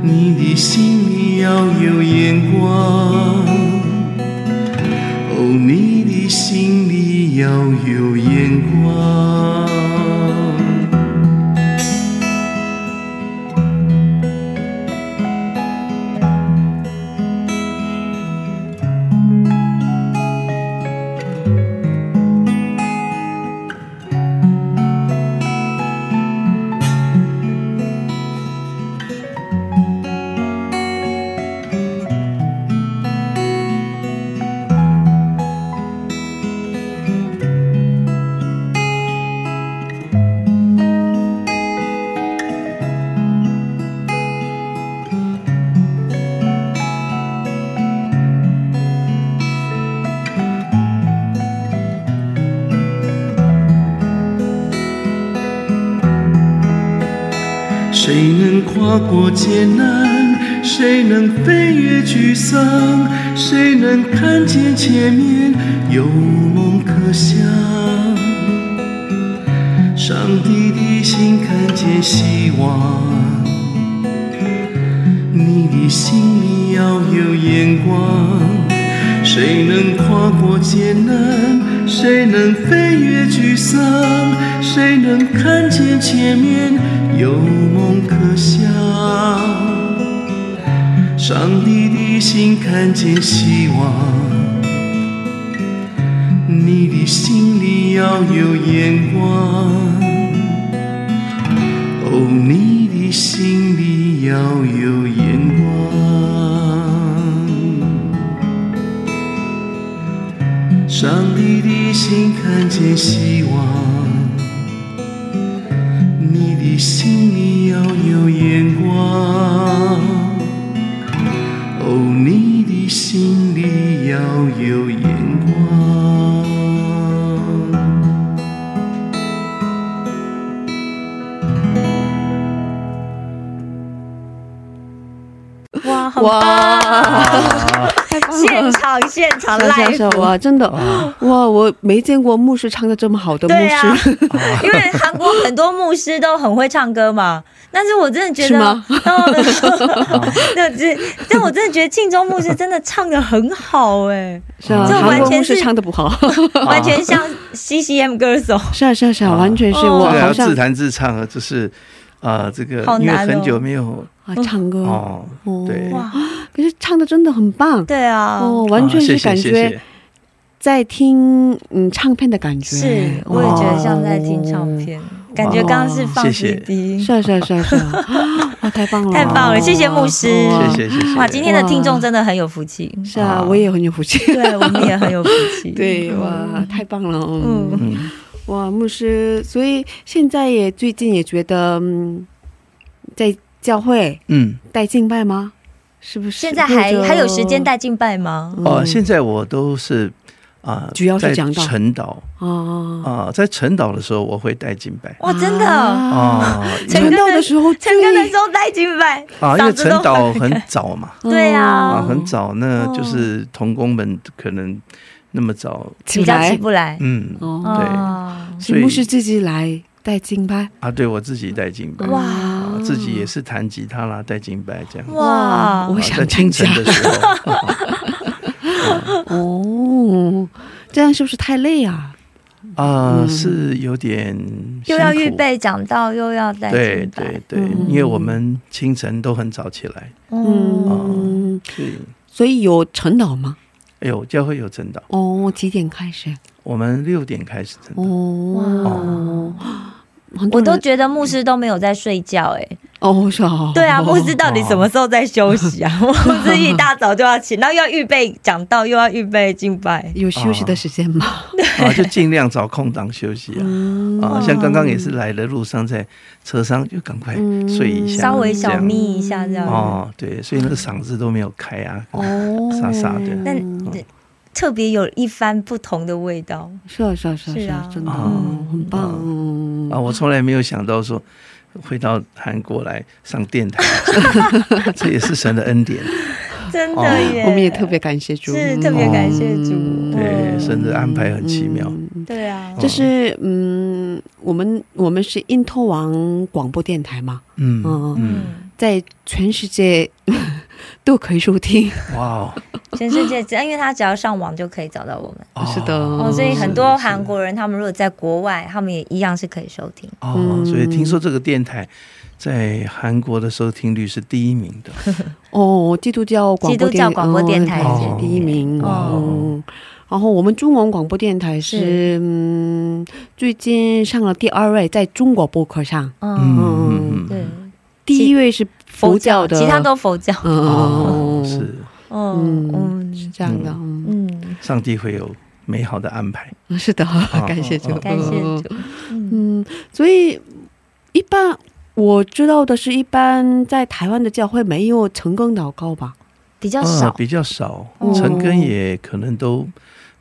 J: 你的心里要有眼光，哦，你的心里要有眼光。
I: 谁能跨过艰难？谁能飞越沮丧？谁能看见前面有梦可想？上帝的心看见希望，你的心里要有眼光。谁能跨过艰难？谁能飞越沮丧？谁能看见前面有梦可想？上帝的心看见希望，你的心里要有眼光。哦，你的心里要有眼光。上帝的心看见希望，你的心里要有眼光。哦，你的心里要有眼光。
C: 哇，很棒！
B: 哇，
C: 太棒现场现场
B: 想想
C: live，
B: 想哇，真的哇，我没见过牧师唱的这么好的牧
C: 对啊
B: 师，，
C: 因为韩国很多牧师都很会唱歌嘛，但是我真的觉
B: 是
C: 得
B: 吗，
C: 哦那这，但我真的觉得敬州牧师真的唱的很好哎、
B: 是啊，
C: 这
B: 韩
C: 完
B: 国
C: 全
B: 牧师
C: 是
B: 唱的不好，
C: 完全像 CCM 歌手。
B: 是啊是啊是啊，完全是
C: 哦
B: 我
C: 对
I: 对
B: 好
I: 啊，
B: 像
I: 自弹自唱啊，就是
J: 呃
I: 啊，这个
C: 好
I: 因为
C: 难哦
I: 很久没有
B: 啊唱歌
I: 哦，对，
C: 哇，
B: 可是唱的真的很棒
C: 对啊，
B: 哦，完全
I: 啊谢
B: 是
I: 谢
B: 感
I: 谢
B: 觉
I: 谢
B: 在听嗯唱片的感觉，
C: 是，我也觉得像在听
B: 哦
C: 唱。片，感觉刚刚是放
I: 哦谢谢
C: CD，
B: 是啊是啊是啊是 啊，哇太棒了
C: 太棒了，谢谢牧师，
B: 哇
I: 谢谢谢谢。
C: 哇，今天的听众真的很有福气，
B: 是啊，我也很有福气。
C: 对我们也很有福气，
B: 对，
C: 嗯
B: 哇，太棒了，嗯，
C: 嗯，
I: 嗯
B: 哇，牧师，所以现在也最近也觉得，嗯，在教会
I: 嗯
B: 带敬拜吗？是不是？
C: 现在还
B: 或者
C: 还有时间带敬拜吗？
I: 哦，
B: 嗯
I: 现在我都是啊，
B: 主要是
I: 在
B: 讲道
I: 晨祷
B: 哦，
I: 啊，在晨祷的时候我会带敬拜
C: 哇，真的，
B: 啊，
I: 啊
C: 晨
B: 传道的时候最
C: 陈哥的时候带敬拜，
I: 啊，因
C: 嗓
I: 为
C: 子
I: 晨
C: 都
I: 祷
C: 很
I: 很早嘛，
B: 嗯
C: 对啊
I: 啊，很早，那
C: 哦
I: 就是童工们可能那么早，
B: 起
C: 比
B: 不
C: 较起
B: 来
C: 不来，
I: 嗯
B: 哦，
C: 哦，
B: 是
I: 所以
B: 牧师自己来带敬拜，
I: 啊，对我自己带敬拜，
C: 哇
I: 啊自己也是弹吉他啦，带敬拜这样。
C: 哇
B: 哇，
I: 啊
B: 我
I: 在
B: 想参
I: 清晨
B: 加
I: 的时候
B: 哦，这样是不是太累啊？
I: 啊，
B: 嗯
I: 是有点
C: 又要
I: 辛苦
C: 预，备讲道，又要带
I: 对
C: 敬拜，
I: 对对
B: 嗯，
I: 因为我们清晨都很早起来，
C: 嗯，
B: 嗯，
I: 所以
B: 所以有晨祷吗？
I: 哎呦，教会有晨祷，
B: 哦，几点开始？
I: 我们六点开始晨祷，
B: 哦，很多
C: 我
B: 人
C: 都觉得牧师都没有在睡觉，哎，
B: 哦是啊，
C: 对啊，牧师到底什么时候在休息啊？牧师一大早就要起，然后又要预备讲道，又要预备敬拜。
B: 有休息的时间吗？
I: 啊，就尽量找空档休息啊。
C: 嗯哦
I: 啊，像刚刚也是来的路上，在车上就赶快睡一下，
C: 嗯稍微
I: 这
C: 小
I: 样
C: 眯一下这样，
I: 哦，对，所以那个嗓子都没有开啊，
B: 哦
I: 傻傻的
C: 但
I: 嗯
C: 特别有一番不同的味道。
B: 是啊是啊是啊
C: 是
B: 是啊
C: 啊，
B: 真的
I: 嗯
B: 哦很棒嗯
I: 啊，我从来没有想到说会到韩国来上电 台，这也是神的恩典，
C: 真的
I: 哦
C: 耶！
B: 我们也特别感谢主，
C: 是
B: 嗯
C: 特别感谢主，
I: 对，
C: 嗯
I: 神的安排很奇妙。
C: 对啊，
B: 就是嗯，我们我们是印托王广播电台嘛，
I: 嗯
B: 嗯
I: 嗯，
B: 在全世界 都可以收听，
I: 哇哦，
C: 全世界只要因为他只要上网就可以找到我们。
I: 哦
B: 是的
C: 哦，所以很多韩
I: 是
C: 国人他们如果在国外，他们也一样是可以收听。
I: 哦，
B: 嗯
I: 所以听说这个电台在韩国的收听率是第一名的，
B: 哦，基督教广播电
C: 基督教广播电台
B: 哦
I: 是
B: 第一名
I: 哦
B: 嗯。然后我们中文广播电台是
C: 是
B: 嗯，最近上了第二位，在中国播客上，
C: 嗯，对，
B: 第一位是佛教的，
C: 其他都佛教。
B: 嗯、
I: 哦，是
C: 嗯
B: 嗯
C: 嗯
B: 是这样的，嗯，
C: 嗯，
I: 上帝会有美好的安排。
B: 是的，
I: 哦
B: 感谢主，
I: 哦
C: 感谢
B: 嗯
C: 主。嗯
B: 嗯，所以一般我知道的是，一般在台湾的教会没有成功祷告吧？
C: 比较
I: 啊
C: 少，
I: 比较少
C: 哦，
I: 陈根也可能都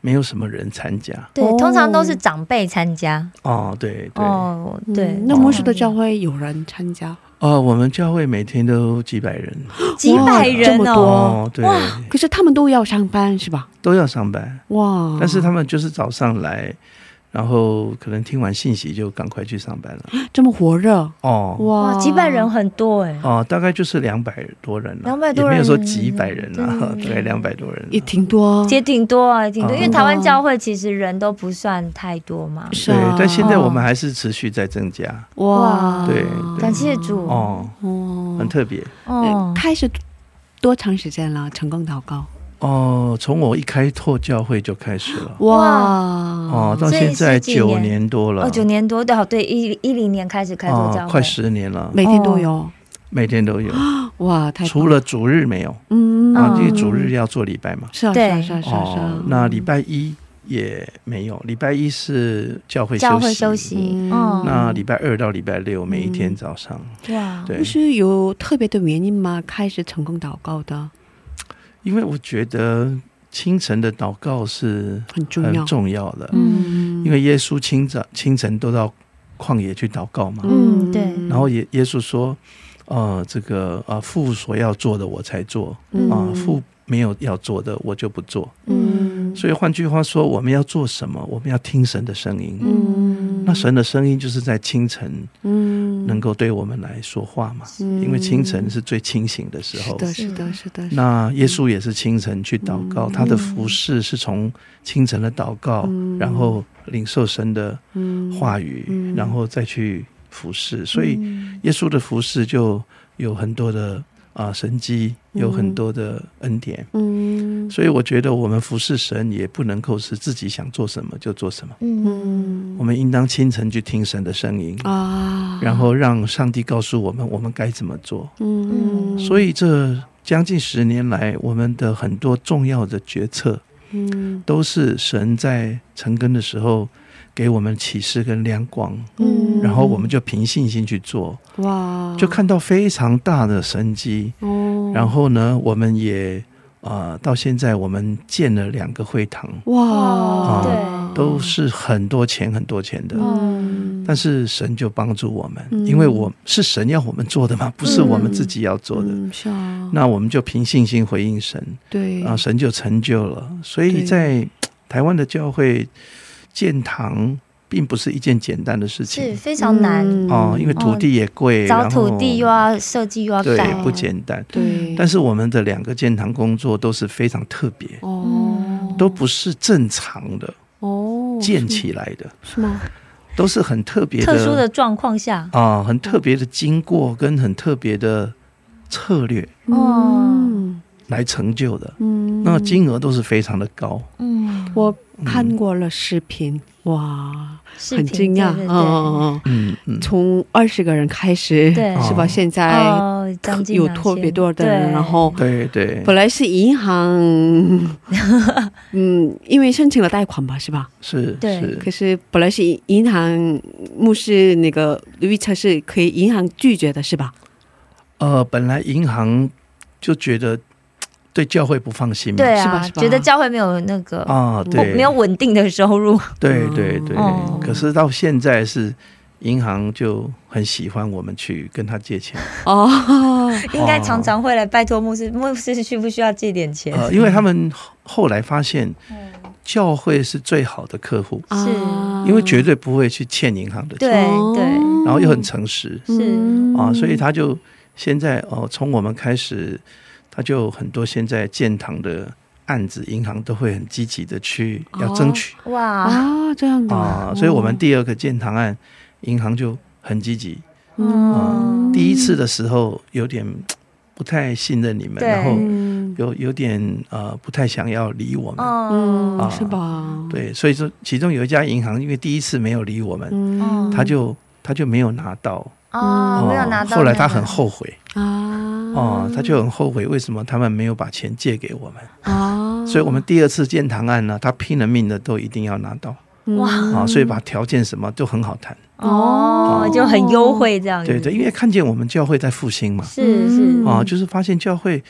I: 没有什么人参加。
C: 对
B: 哦，
C: 通常都是长辈参加。
I: 哦，对对，
C: 哦，对
B: 嗯，那牧师
C: 通
B: 的
C: 常
B: 教会有人参加？
I: 哦，我们教会每天都几百人
C: 几百
B: 哇这
C: 人
B: 么
C: 哦
B: 多，
I: 哦，对，
B: 可是他们都要上班是吧？
I: 都要上班，
B: 哇！
I: 但是他们就是早上来，然后可能听完信息就赶快去上班了。
B: 这么火热，
I: 哦
B: 哇，
C: 哇，几百人很多哎、
I: 哦，大概就是两百多人了，
C: 200
I: 也没
C: 多
I: 有
C: 人
I: 说几百人了，
C: 嗯
I: 大概两百多人了。
B: 也挺多，
C: 也挺多啊，也挺多，
I: 哦
C: 因为台湾教会其实人都不算太多嘛。
B: 是
I: 对
B: 啊，，
I: 但现在我们
C: 哦
I: 还是持续在增加
B: 哇，
I: 对
C: 感谢主
I: 哦，
B: 哦
I: 很特别
C: 哦，
B: 开始多长时间了？成功祷告，
I: 哦。从我一开拓教会就开始了
B: 哇，
I: 哦，到
C: 所以
I: 现在
C: 十几
I: 九
C: 年
I: 年多了
C: 哦，，九年多，对，好，对，一一零年开始开拓教
I: 哦
C: 会，，
I: 快十年了，哦
B: 每天都有，
I: 每天都有，
C: 啊哦
B: 哇，太棒
I: 除了主日没有
B: 嗯
I: 啊，
C: 嗯
I: 因为主日要做礼拜嘛。
B: 是啊是啊
C: 对
B: 是啊是啊是
I: 哦
B: 啊，，
I: 那礼拜一也没有，礼拜一是教会
C: 教会休息，
B: 嗯
C: 哦，
I: 那礼拜二到礼拜六每一天早上，
C: 哇，
I: 对
B: 不，是有特别的原因吗？开始成功祷告的
I: 因为我觉得清晨的祷告是
B: 很重
I: 很
B: 要，
I: 重要的，
B: 嗯，
I: 因为耶稣清早清晨都到旷野去祷告嘛，
C: 嗯对
I: 然后耶耶稣说，呃，这个啊、呃父所要做的我才做
B: 嗯
I: 啊、父没有要做的我就不做。
B: 嗯
I: 所以换句话说，我们要做什么？我们要听神的声音。
B: 嗯
I: 那神的声音就是在清晨
B: 嗯
I: 能够对我们来说话嘛，
B: 嗯
I: 因为清晨是最清醒的时
B: 是
I: 候。
B: 的嗯是的是的，是的
I: 那耶稣也是清晨去祷告，他的服饰是从清晨的祷告，
B: 嗯
I: 然后领受神的
B: 嗯
I: 话语，
B: 嗯
I: 然后再去服侍。所以耶稣的服侍就有很多的啊、神迹，有很多的恩典。
B: 嗯
I: 所以我觉得我们服侍神也不能够是自己想做什么就做什么，
B: 嗯
I: 我们应当清晨去听神的声音，
B: 啊，
I: 然后让上帝告诉我们我们该怎么做。
B: 嗯
I: 所以这将近十年来，我们的很多重要的决策
B: 嗯
I: 都是神在成根的时候给我们启示跟亮光，
B: 嗯啊
I: 然后我们就凭信心去做，
B: 哇，
I: 就看到非常大的神机。
B: 哦，
I: 然后呢，我们也呃到现在我们建了两个会堂，啊
B: 哇，
C: 哦对
I: 都是很多钱很多钱的。
B: 嗯
I: 但是神就帮助我们，
B: 嗯
I: 因为我是神要我们做的嘛，不是我们自己要做的。
B: 嗯是啊，
I: 那我们就凭信心回应神，
B: 对
I: 啊，神就成就了。所以
B: 对
I: 在台湾的教会建堂，并不是一件简单的事
C: 是
I: 情
C: 非常难，
B: 嗯
I: 哦，因为土地也贵，
C: 找
I: 然后
C: 土地又要设计又要
I: 对
C: 改，
I: 不简单。
B: 对，
I: 但是我们的两个建堂工作都是非常特别，
B: 哦
I: 都不是正常的
B: 哦
I: 建起来的，
B: 是吗？
I: 都是很特别
C: 特殊的状况下，
I: 啊、很特别的经过跟很特别的策略
C: 哦，
B: 嗯
I: 来成就的。
B: 嗯，
I: 那金额都是非常的高，
C: 嗯，
B: 我看过了视频，哇，
C: 视频
B: 很惊讶，
C: 对
B: 嗯
C: 对对
B: 嗯嗯，
I: 嗯嗯，
B: 从二十个人开始，
C: 对
B: 是吧？
I: 哦
B: 现在
C: 哦，将近
B: 有
C: 两千
B: 特别多的人，
C: 对
B: 然后
I: 对对，
B: 本来是银行， 嗯，因为申请了贷款吧，是吧？
I: 是
C: 对
I: 是
B: 可是本来是银行，牧师那个预测是可以银行拒绝的，是吧？
I: 呃，本来银行就觉得对教会不放心嘛，
C: 对
B: 是吧
C: 啊，
B: 是吧
C: 觉得教会没有那个
I: 啊，
C: 不
I: 对，
C: 没有稳定的收入，
I: 对对
B: 嗯
I: 对
C: 哦，
I: 可是到现在是银行就很喜欢我们去跟他借钱，
B: 哦，
C: 应该常常会来拜托牧师，牧师需不需要借点钱？
I: 呃，因为他们后后来发现教会是最好的客户，
C: 嗯是
B: 啊
I: 因为绝对不会去欠银行的
C: 对
I: 钱，
B: 哦
C: 对，
I: 然后又很诚实
C: 是
I: 啊，所以他就现在哦，从我们开始，他就很多现在建堂的案子，银行都会很积极的去要争取。
C: 哦哇，
B: 啊，这样的
I: 啊，所以我们第二个建堂案，银行就很积极。
C: 嗯，
I: 啊第一次的时候有点嘖不太信任你们，
C: 对
I: 然后
B: 嗯
I: 有有点呃不太想要理我们。
C: 哦，
I: 啊
B: 嗯，是吧？
I: 对，所以说其中有一家银行，因为第一次没有理我们，
B: 嗯
I: 他就他就没有拿到。
C: 哦，没有拿到那个，
I: 后来他很后悔
B: 啊
I: 哦，他就很后悔为什么他们没有把钱借给我们。
B: 啊，
I: 所以我们第二次建堂案呢，他拼了命的都一定要拿到
B: 哇
I: 啊，所以把条件什么都很好谈。
C: 哦，就很优惠这样子，
I: 对对，因为看见我们教会在复兴嘛。
C: 嗯是是，
I: 啊，就是发现教会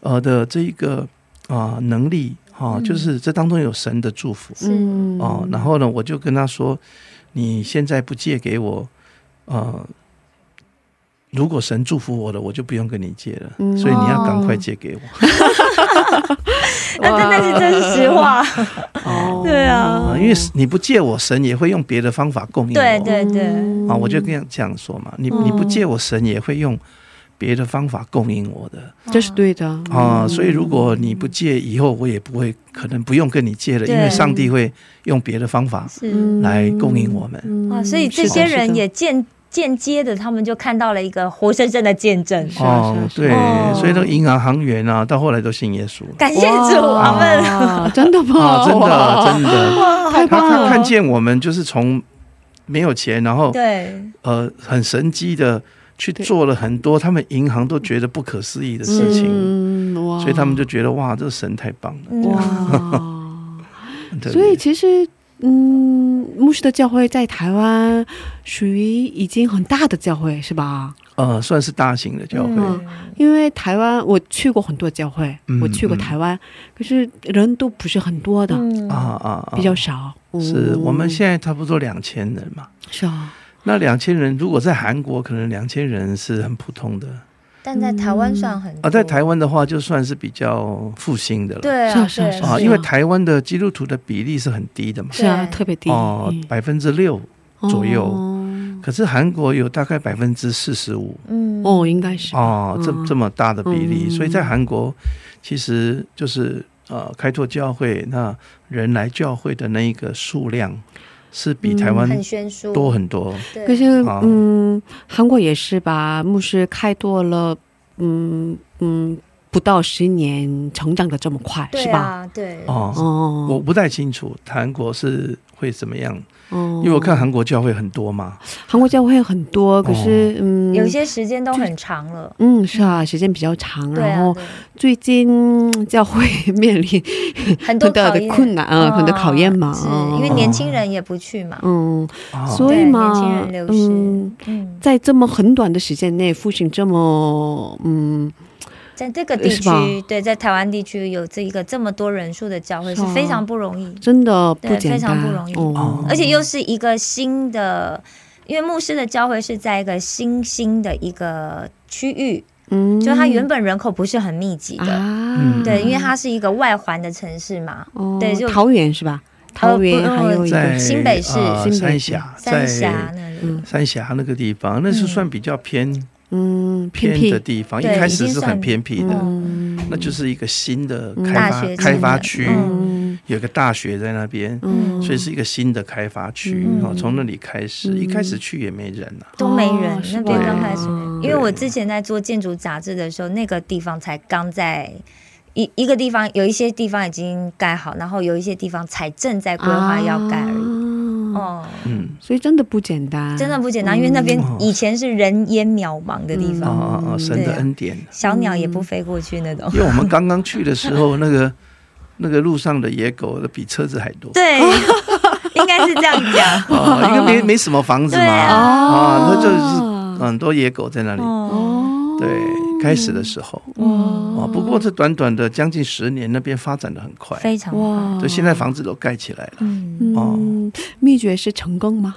I: 呃的这一个啊、能力
C: 嗯
I: 啊，就是这当中有神的祝福
B: 嗯
I: 啊。然后呢，我就跟他说，你现在不借给我，呃，如果神祝福我了，我就不用跟你借了，
C: 嗯
I: 所以你要赶快借给我。
C: 哦那但但是这是 实话，
B: 哦，
C: 对啊，
I: 啊，因为你不借我，神也会用别的方法供应我。
C: 对对对，
B: 哦
I: 啊，我就跟你这样说嘛，你你不借我，神也会用别的方法供应我的
B: 这是对的。
I: 啊。所以如果你不借，以后我也不会，可能不用跟你借了，因
C: 对
I: 为上帝会用别的方法
C: 是
I: 来供应我
B: 嗯
I: 们。
C: 啊，所以这些人也间间接的，他们就看到了一个活生生的见证。
B: 是啊
I: 哦，
B: 是
I: 对
C: 哦，
I: 所以那个银行行员啊，到后来都信耶稣了
C: 感谢主，阿门。
B: 们真的吗？
I: 啊，真的真的，
B: 哦太
I: 他
B: 棒
I: 他
B: 了！
I: 看见我们就是从没有钱，然
B: 哦
I: 后
C: 对，
I: 呃很神机的去做了很多他们银行都觉得不可思议的事情，
B: 嗯哇，
I: 所以他们就觉得哇，这神太棒了。
C: 嗯，
B: 哇，
I: 很特别
B: 所以其实。嗯，牧师的教会在台湾属于已经很大的教会，是吧？
I: 呃算是大型的教会，
C: 嗯
B: 因为台湾我去过很多教会，
I: 嗯
B: 我去过台湾，可是人都不是很多的，
C: 嗯
I: 啊啊啊，
B: 比较少。
I: 是
B: 嗯
I: 我们现在差不多两千人嘛。
B: 是啊，
I: 那两千人如果在韩国，可能两千人是很普通的
C: 但在台湾算很
B: 哦
I: 啊，
C: 多
I: 在台湾的话就算是比较复兴的了。
C: 对
B: 是
C: 啊
B: 啊是啊
C: 对
B: 是
I: 啊，
B: 啊
I: 因为台湾的基督徒的比例是很低的嘛，
B: 是啊，
C: 对
B: 特别低
I: 哦，百分之六。
B: 嗯
I: 左右
B: 哦
I: 可是韩国有大概百分之四十五
C: 嗯
B: 哦，应该是
I: 哦，这这么大的比例，
B: 嗯
I: 所以在韩国其实就是呃开拓教会，那人来教会的那一个数量是比台湾
C: 嗯很悬殊，
I: 多很多。
C: 对
B: 可是
I: 啊，
B: 嗯，韩国也是吧？牧师开拓了，嗯嗯，不到十年，成长的这么快，
C: 对
B: 是吧？
C: 啊，对，
I: 哦，我
B: 哦，
I: 不太清楚韩国是会怎么样，
B: 哦
I: 因为我看韩国教会很多嘛，
B: 韩国教会很多，可
I: 哦
B: 是嗯，
C: 有些时间都很长了。
B: 嗯是啊，时间比较长，
C: 对
B: 然
C: 啊
B: 后，最近嗯教会面临
C: 对很多
B: 很大
C: 考
B: 的
C: 验，哦
B: 困难啊，很多考验嘛，
C: 是
B: 哦
C: 因为年轻人也不去嘛。
B: 嗯，
I: 啊，
B: 所以
C: 对年轻
B: 嘛
C: 人，流失
B: 嗯，
C: 嗯，
B: 在这么很短的时间内复兴这么嗯
C: 在这个地
B: 是吧
C: 区，对，在台湾地区有这一个这么多人数的教会是
B: 是啊
C: 非常不容易，
B: 真的不
C: 对
B: 简单，
C: 非常不容易
B: 哦
I: 哦
C: 而且又是一个新的，因为牧师的教会是在一个新兴的一个区域，
B: 嗯，
C: 就它原本人口不是很密集的，
I: 嗯
B: 啊，
C: 对，因为它是一个外环的城市嘛，
B: 哦
C: 对就呃
B: 桃园是吧？桃园
C: 不不
B: 还有一
I: 在
B: 个
C: 新北市
I: 呃
B: 新北市
I: 三峡，
C: 三峡
I: 在
C: 那里，嗯
B: 嗯
I: 三峡那个地方，那是算比较偏
B: 嗯偏
I: 偏的
B: 僻，
I: 地方，一
C: 对
I: 开
C: 已
I: 始
C: 经
I: 是
C: 算
I: 很偏僻的，
B: 嗯
I: 那就是一个新的
B: 嗯
I: 开
C: 大
I: 发
C: 学
I: 开发
C: 新
I: 区
C: 的，
B: 嗯
I: 有一个大学在那边，
B: 嗯，
I: 所以是一个新的开发区
C: 嗯
I: 哦，从那里开始，
B: 嗯
I: 一开始去也没人啊，
C: 都没人
B: 哦，是
C: 那边
B: 吧
C: 刚开始没人，因为我
I: 哦对
C: 之前在做建筑杂志的时候，那个地方才刚在。一一个地方有一些地方已经盖好，然后有一些地方才正在规划要盖而已。
B: 已，
C: 哦，
I: 嗯，
B: 所以真的不简单，
C: 真的不简单，因为那边
I: 啊嗯
C: 以前是人烟渺茫的地
I: 啊
C: 方，
I: 啊啊，神
C: 对
I: 的
C: 啊
I: 恩典，啊
C: 小鸟也不飞过去那种。
I: 嗯因为我们刚刚去的时 候，那个那个路上的野狗比车子还多，
C: 对，应该是这样 讲。
I: 哦，因为没没什么房子
C: 对啊
I: 嘛，啊，那就是
B: 是
I: 很多野狗在那里，
C: 哦，
B: 哦，
I: 对，开始的时候，
B: 哇
I: 啊，不过这短短的将近十年，那边发展的很快，
C: 非常哇，
B: 哇，
I: 对，现在哦房子都盖起来了。
C: 嗯，
B: 嗯，秘诀是成功吗？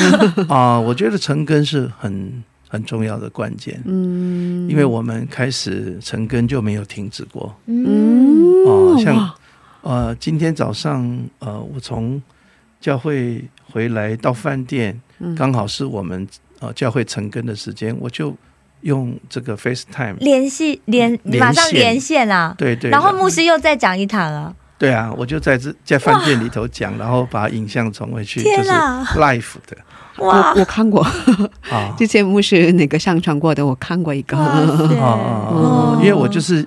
I: 啊，我觉得成根是很很重要的关键，
B: 嗯
I: 因为我们开始成根就没有停止过。
B: 嗯
I: 哦像
B: 哇
I: 呃，今天早上呃，我从教会回来到饭店，
B: 嗯
I: 刚好是我们呃教会成根的时间，我就用这个 FaceTime，
C: 联系连
I: 连线
C: 马上连线啦。
I: 对对，
C: 然后牧师又再讲一堂啊，
I: 对啊，我就在这在饭店里头讲，然后把影像传回去，就
C: 天
I: 是
C: 啊
I: live 的
C: 哇
B: 我我看过，
I: 啊
B: 之前牧师那个上传过的，我看过一个，
C: 哇塞
I: 啊啊啊啊，因为我就是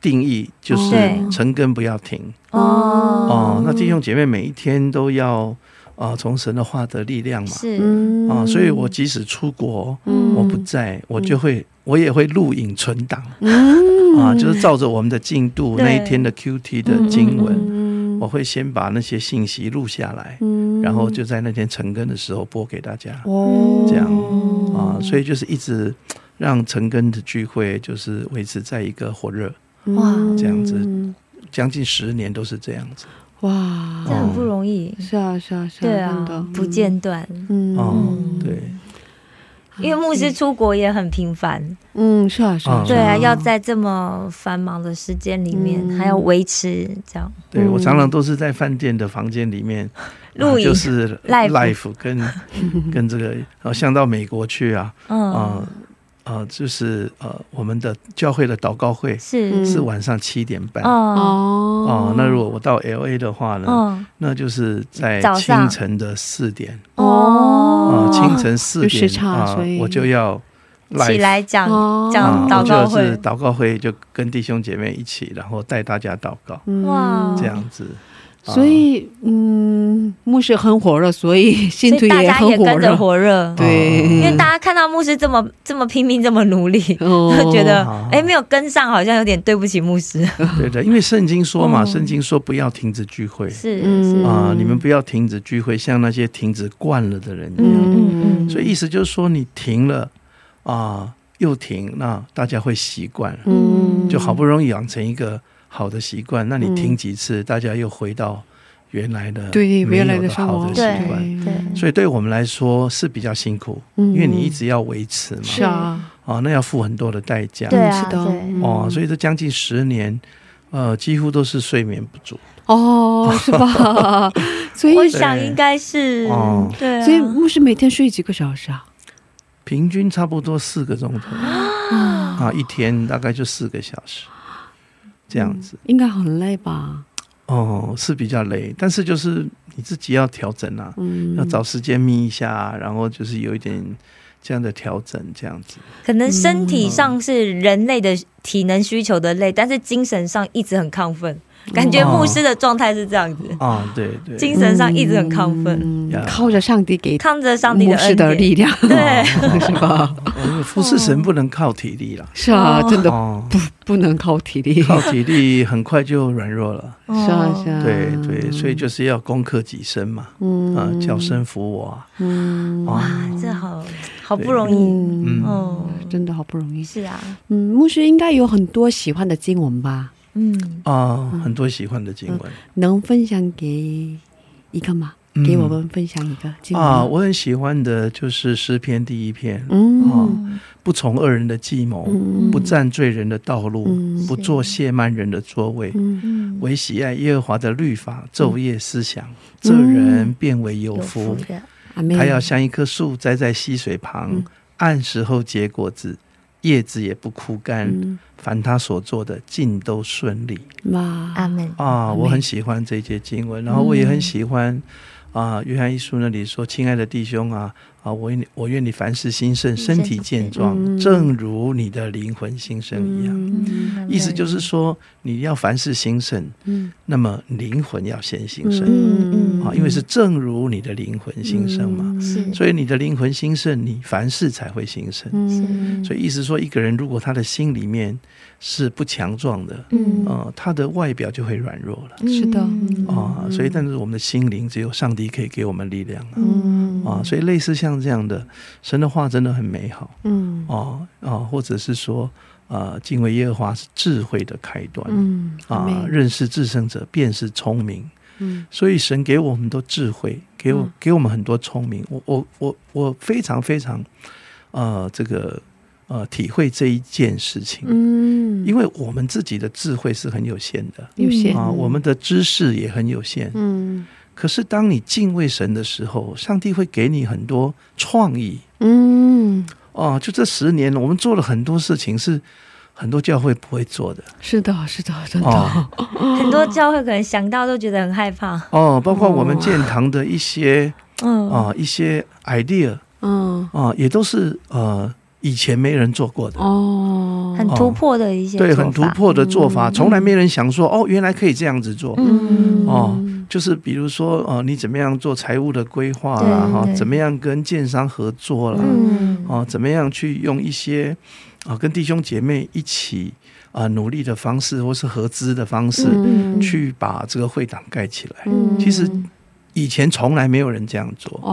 I: 定义就是
C: 对
I: 成根不要停。
C: 哦
I: 哦，那弟兄姐妹每一天都要啊、呃从神的话得力量嘛。
C: 是
B: 嗯
I: 啊、所以我即使出国，
B: 嗯
I: 我不在，我就会，我也会录影存档
B: 嗯
I: 啊，就是照着我们的进度，
C: 对
I: 那一天的 QT 的经文，
B: 嗯
I: 我会先把那些信息录下来，
B: 嗯
I: 然后就在那天晨更的时候播给大家
B: 哦
I: 这样
C: 哦
I: 啊，
C: 嗯
I: 所以就是一直让晨更的聚会就是维持在一个火热，
C: 哇
I: 这样子
B: 嗯
I: 将近十年都是这样子。
B: 哇
C: 这，很
I: 哦
C: 不容易，
B: 是啊是啊是啊，
C: 对
B: 真嗯
C: 啊
B: 的，
C: 不间断。
B: 嗯
I: 哦，对，
C: 因为牧
F: 嗯
C: 师出国也很频繁，
B: 嗯，是啊，是啊，
I: 嗯
B: 嗯
C: 对啊，要在这么繁忙的时间里面、还要维持这样
I: 对我常常都是在饭店的房间里面
C: 露
I: 啊
C: 营
I: 就，是
C: live
I: life 跟 跟这个，呃，像到美国去啊，
C: 嗯，
I: 啊、呃、呃，就是呃，我们的教会的祷告会
C: 是，
I: 是晚上七点半。哦、
C: 嗯
B: 哦
I: 那如果我到 L A 的话呢，
C: 嗯，
I: 那就是在
C: 早上
I: 清晨的四点啊、
C: 哦
I: 呃清晨四
B: 有时
I: 点
B: 差
I: 啊、
B: 所以
I: 我就要 live,
C: 起来讲
B: 哦
C: 讲
I: 啊、
C: 祷告
I: 就
C: 会
I: 是，祷告会，就跟弟兄姐妹一起，然后带大家祷告，
B: 嗯
C: 哇，
I: 这样子。啊
B: 所以嗯，牧师很火热，所以信
C: 所
B: 徒
C: 以大家
B: 很
C: 也
B: 火
C: 跟着
B: 热，
C: 火热，
B: 对，
C: 嗯因为大家看到牧师这么这么拼命，这么努力，
B: 哦
C: 就觉得
I: 哦
C: 哎、没有跟上，好像有点对不起牧 师。
I: 对的，因为圣经说嘛，
C: 哦
I: 圣经说不要停止聚会
C: 是，
B: 嗯
C: 是
I: 啊、你们不要停止聚会，像那些停止惯了的人一样。
C: 嗯嗯
I: 所以意思就是说，你停了啊、又停，那大家会习惯，
B: 嗯
I: 就好不容易养成一个好的习惯，那你停几次，大家又回到原来的
B: 对
I: 嗯没有
B: 原来的生
I: 好
B: 活
I: 的习
C: 对
I: 惯。
C: 对
I: 所以对我们来说是比较辛苦，
B: 嗯
I: 因为你一直要维持嘛，
B: 是啊，
I: 啊、那要付很多的代价。
C: 对啊
B: 是的
C: 对
B: 嗯
I: 哦，所以这将近十年，呃，几乎都是睡眠不足。
B: 哦，是 吧？所以
C: 我想应该是
I: 哦，
C: 对啊，
B: 所以牧师每天睡几个小时啊？
I: 平均差不多四个钟头啊，一天大概就四个小时，这样子、
B: 应该很累吧？
I: 哦，是比较累，但是就是你自己要调整啊，
B: 嗯，
I: 要找时间眯一下，啊然后就是有一点这样的调整，这样子
C: 可能身体上是人类的体能需求的累，但是精神上一直很亢奋，感觉
I: 哦
C: 牧师的状态是这样子，
I: 啊、对对，
C: 精神上一直很亢奋，
B: 嗯
I: 呀
B: 靠着上帝给
C: 看着上帝
B: 牧
C: 的
B: 师
C: 恩
B: 的
C: 典。
B: 力量，
C: 对，
B: 是吧？
I: 哦服侍神不能靠体力啦，
B: 是啊，真的
I: 哦，
B: 不 不能靠体力，是
I: 靠体力很快就软弱了，
B: 啊 是啊，
I: 对对，所以就是要攻克己身嘛，
B: 嗯
I: 啊、叫声服我啊，
B: 嗯
I: 哦
C: 哇，这好好不容易，
B: 嗯，
C: 哦，
B: 真的好不容易。
C: 是啊，
B: 嗯，牧师应该有很多喜欢的经文吧？
C: 嗯，
I: 啊、很多喜欢的经文。
B: 能分享给一个吗？
I: 嗯
B: 给我们分享一个经文
I: 啊，我很喜欢的就是诗篇第一篇，哦
B: 嗯
I: 不从恶人的计谋，
B: 嗯
I: 不占罪人的道路，
B: 嗯
I: 不做亵慢人的座位。
B: 嗯
C: 嗯
I: 唯喜爱耶和华的律法，昼夜思想，这人变为有
C: 有
I: 福
C: 福。的，嗯
B: 阿妹，
I: 他要像一棵树栽在溪水旁，按时候结果子，叶子也不枯干。
C: 嗯
I: 凡他所做的，尽都顺利。
B: 哇，
C: 阿门，
I: 啊，我很喜欢这些经文，然后我也很喜欢
C: 嗯
I: 啊，《约翰一书》那里说：“亲爱的弟兄啊，啊，我愿你，我愿你凡事兴盛，身体健壮，正如你的灵魂兴盛一样。”
C: 嗯
I: 意思就是说，你要凡事兴盛，
B: 嗯
I: 那么灵魂要先兴盛
C: 嗯嗯
I: 啊，因为是正如你的灵魂兴盛嘛，
C: 是
I: 所以你的灵魂兴盛，你凡事才会兴盛。
B: 嗯
I: 所以意思说，一个人如果他的心里面是不强壮的，
C: 嗯
I: 呃，他的外表就会软弱了。
B: 是的
C: 嗯
I: 啊，所以但是我们的心灵只有上帝可以给我们力量啊，
B: 嗯
I: 啊所以类似像这样的神的话真的很美好
B: 嗯
I: 啊啊，或者是说啊，敬畏耶和华是智慧的开端、
B: 嗯阿
I: 啊，
B: 妹
I: 认识至圣者便是聪明，
B: 嗯
I: 所以神给我们很多智慧，给我、
B: 嗯
I: 给我们很多聪明，我我我我非常非常呃这个呃体会这一件事情，
B: 嗯，
I: 因为我们自己的智慧是很有限的。
B: 有些
I: 啊，我们的知识也很有限，
B: 嗯
I: 可是当你敬畏神的时候，上帝会给你很多创意
B: 嗯，
I: 哦。就这十年，我们做了很多事情是很多教会不会做的
B: 是的，是的，真的
I: 哦，
C: 很多教会可能想到都觉得很害怕，
I: 哦，包括我们建堂的一些
C: 嗯
I: 啊、一些 idea
B: 嗯
I: 啊、也都是呃以前没人做过的。
B: 哦，
C: 很突破的一些
I: 对，
C: 做
I: 很突
C: 法，
I: 破的做法，从来没人想说哦，原来可以这样子做。
C: 嗯
I: 哦，就是比如说，呃，你怎么样做财务的规划啦，
C: 对
I: 哈、
C: 对
I: 怎么样跟建商合作啦，
C: 嗯
I: 哦，怎么样去用一些啊、跟弟兄姐妹一起啊、努力的方式，或是合资的方式，
B: 嗯
I: 去把这个会档盖起来。
B: 嗯
I: 其实以前从来没有人这样做，
C: 嗯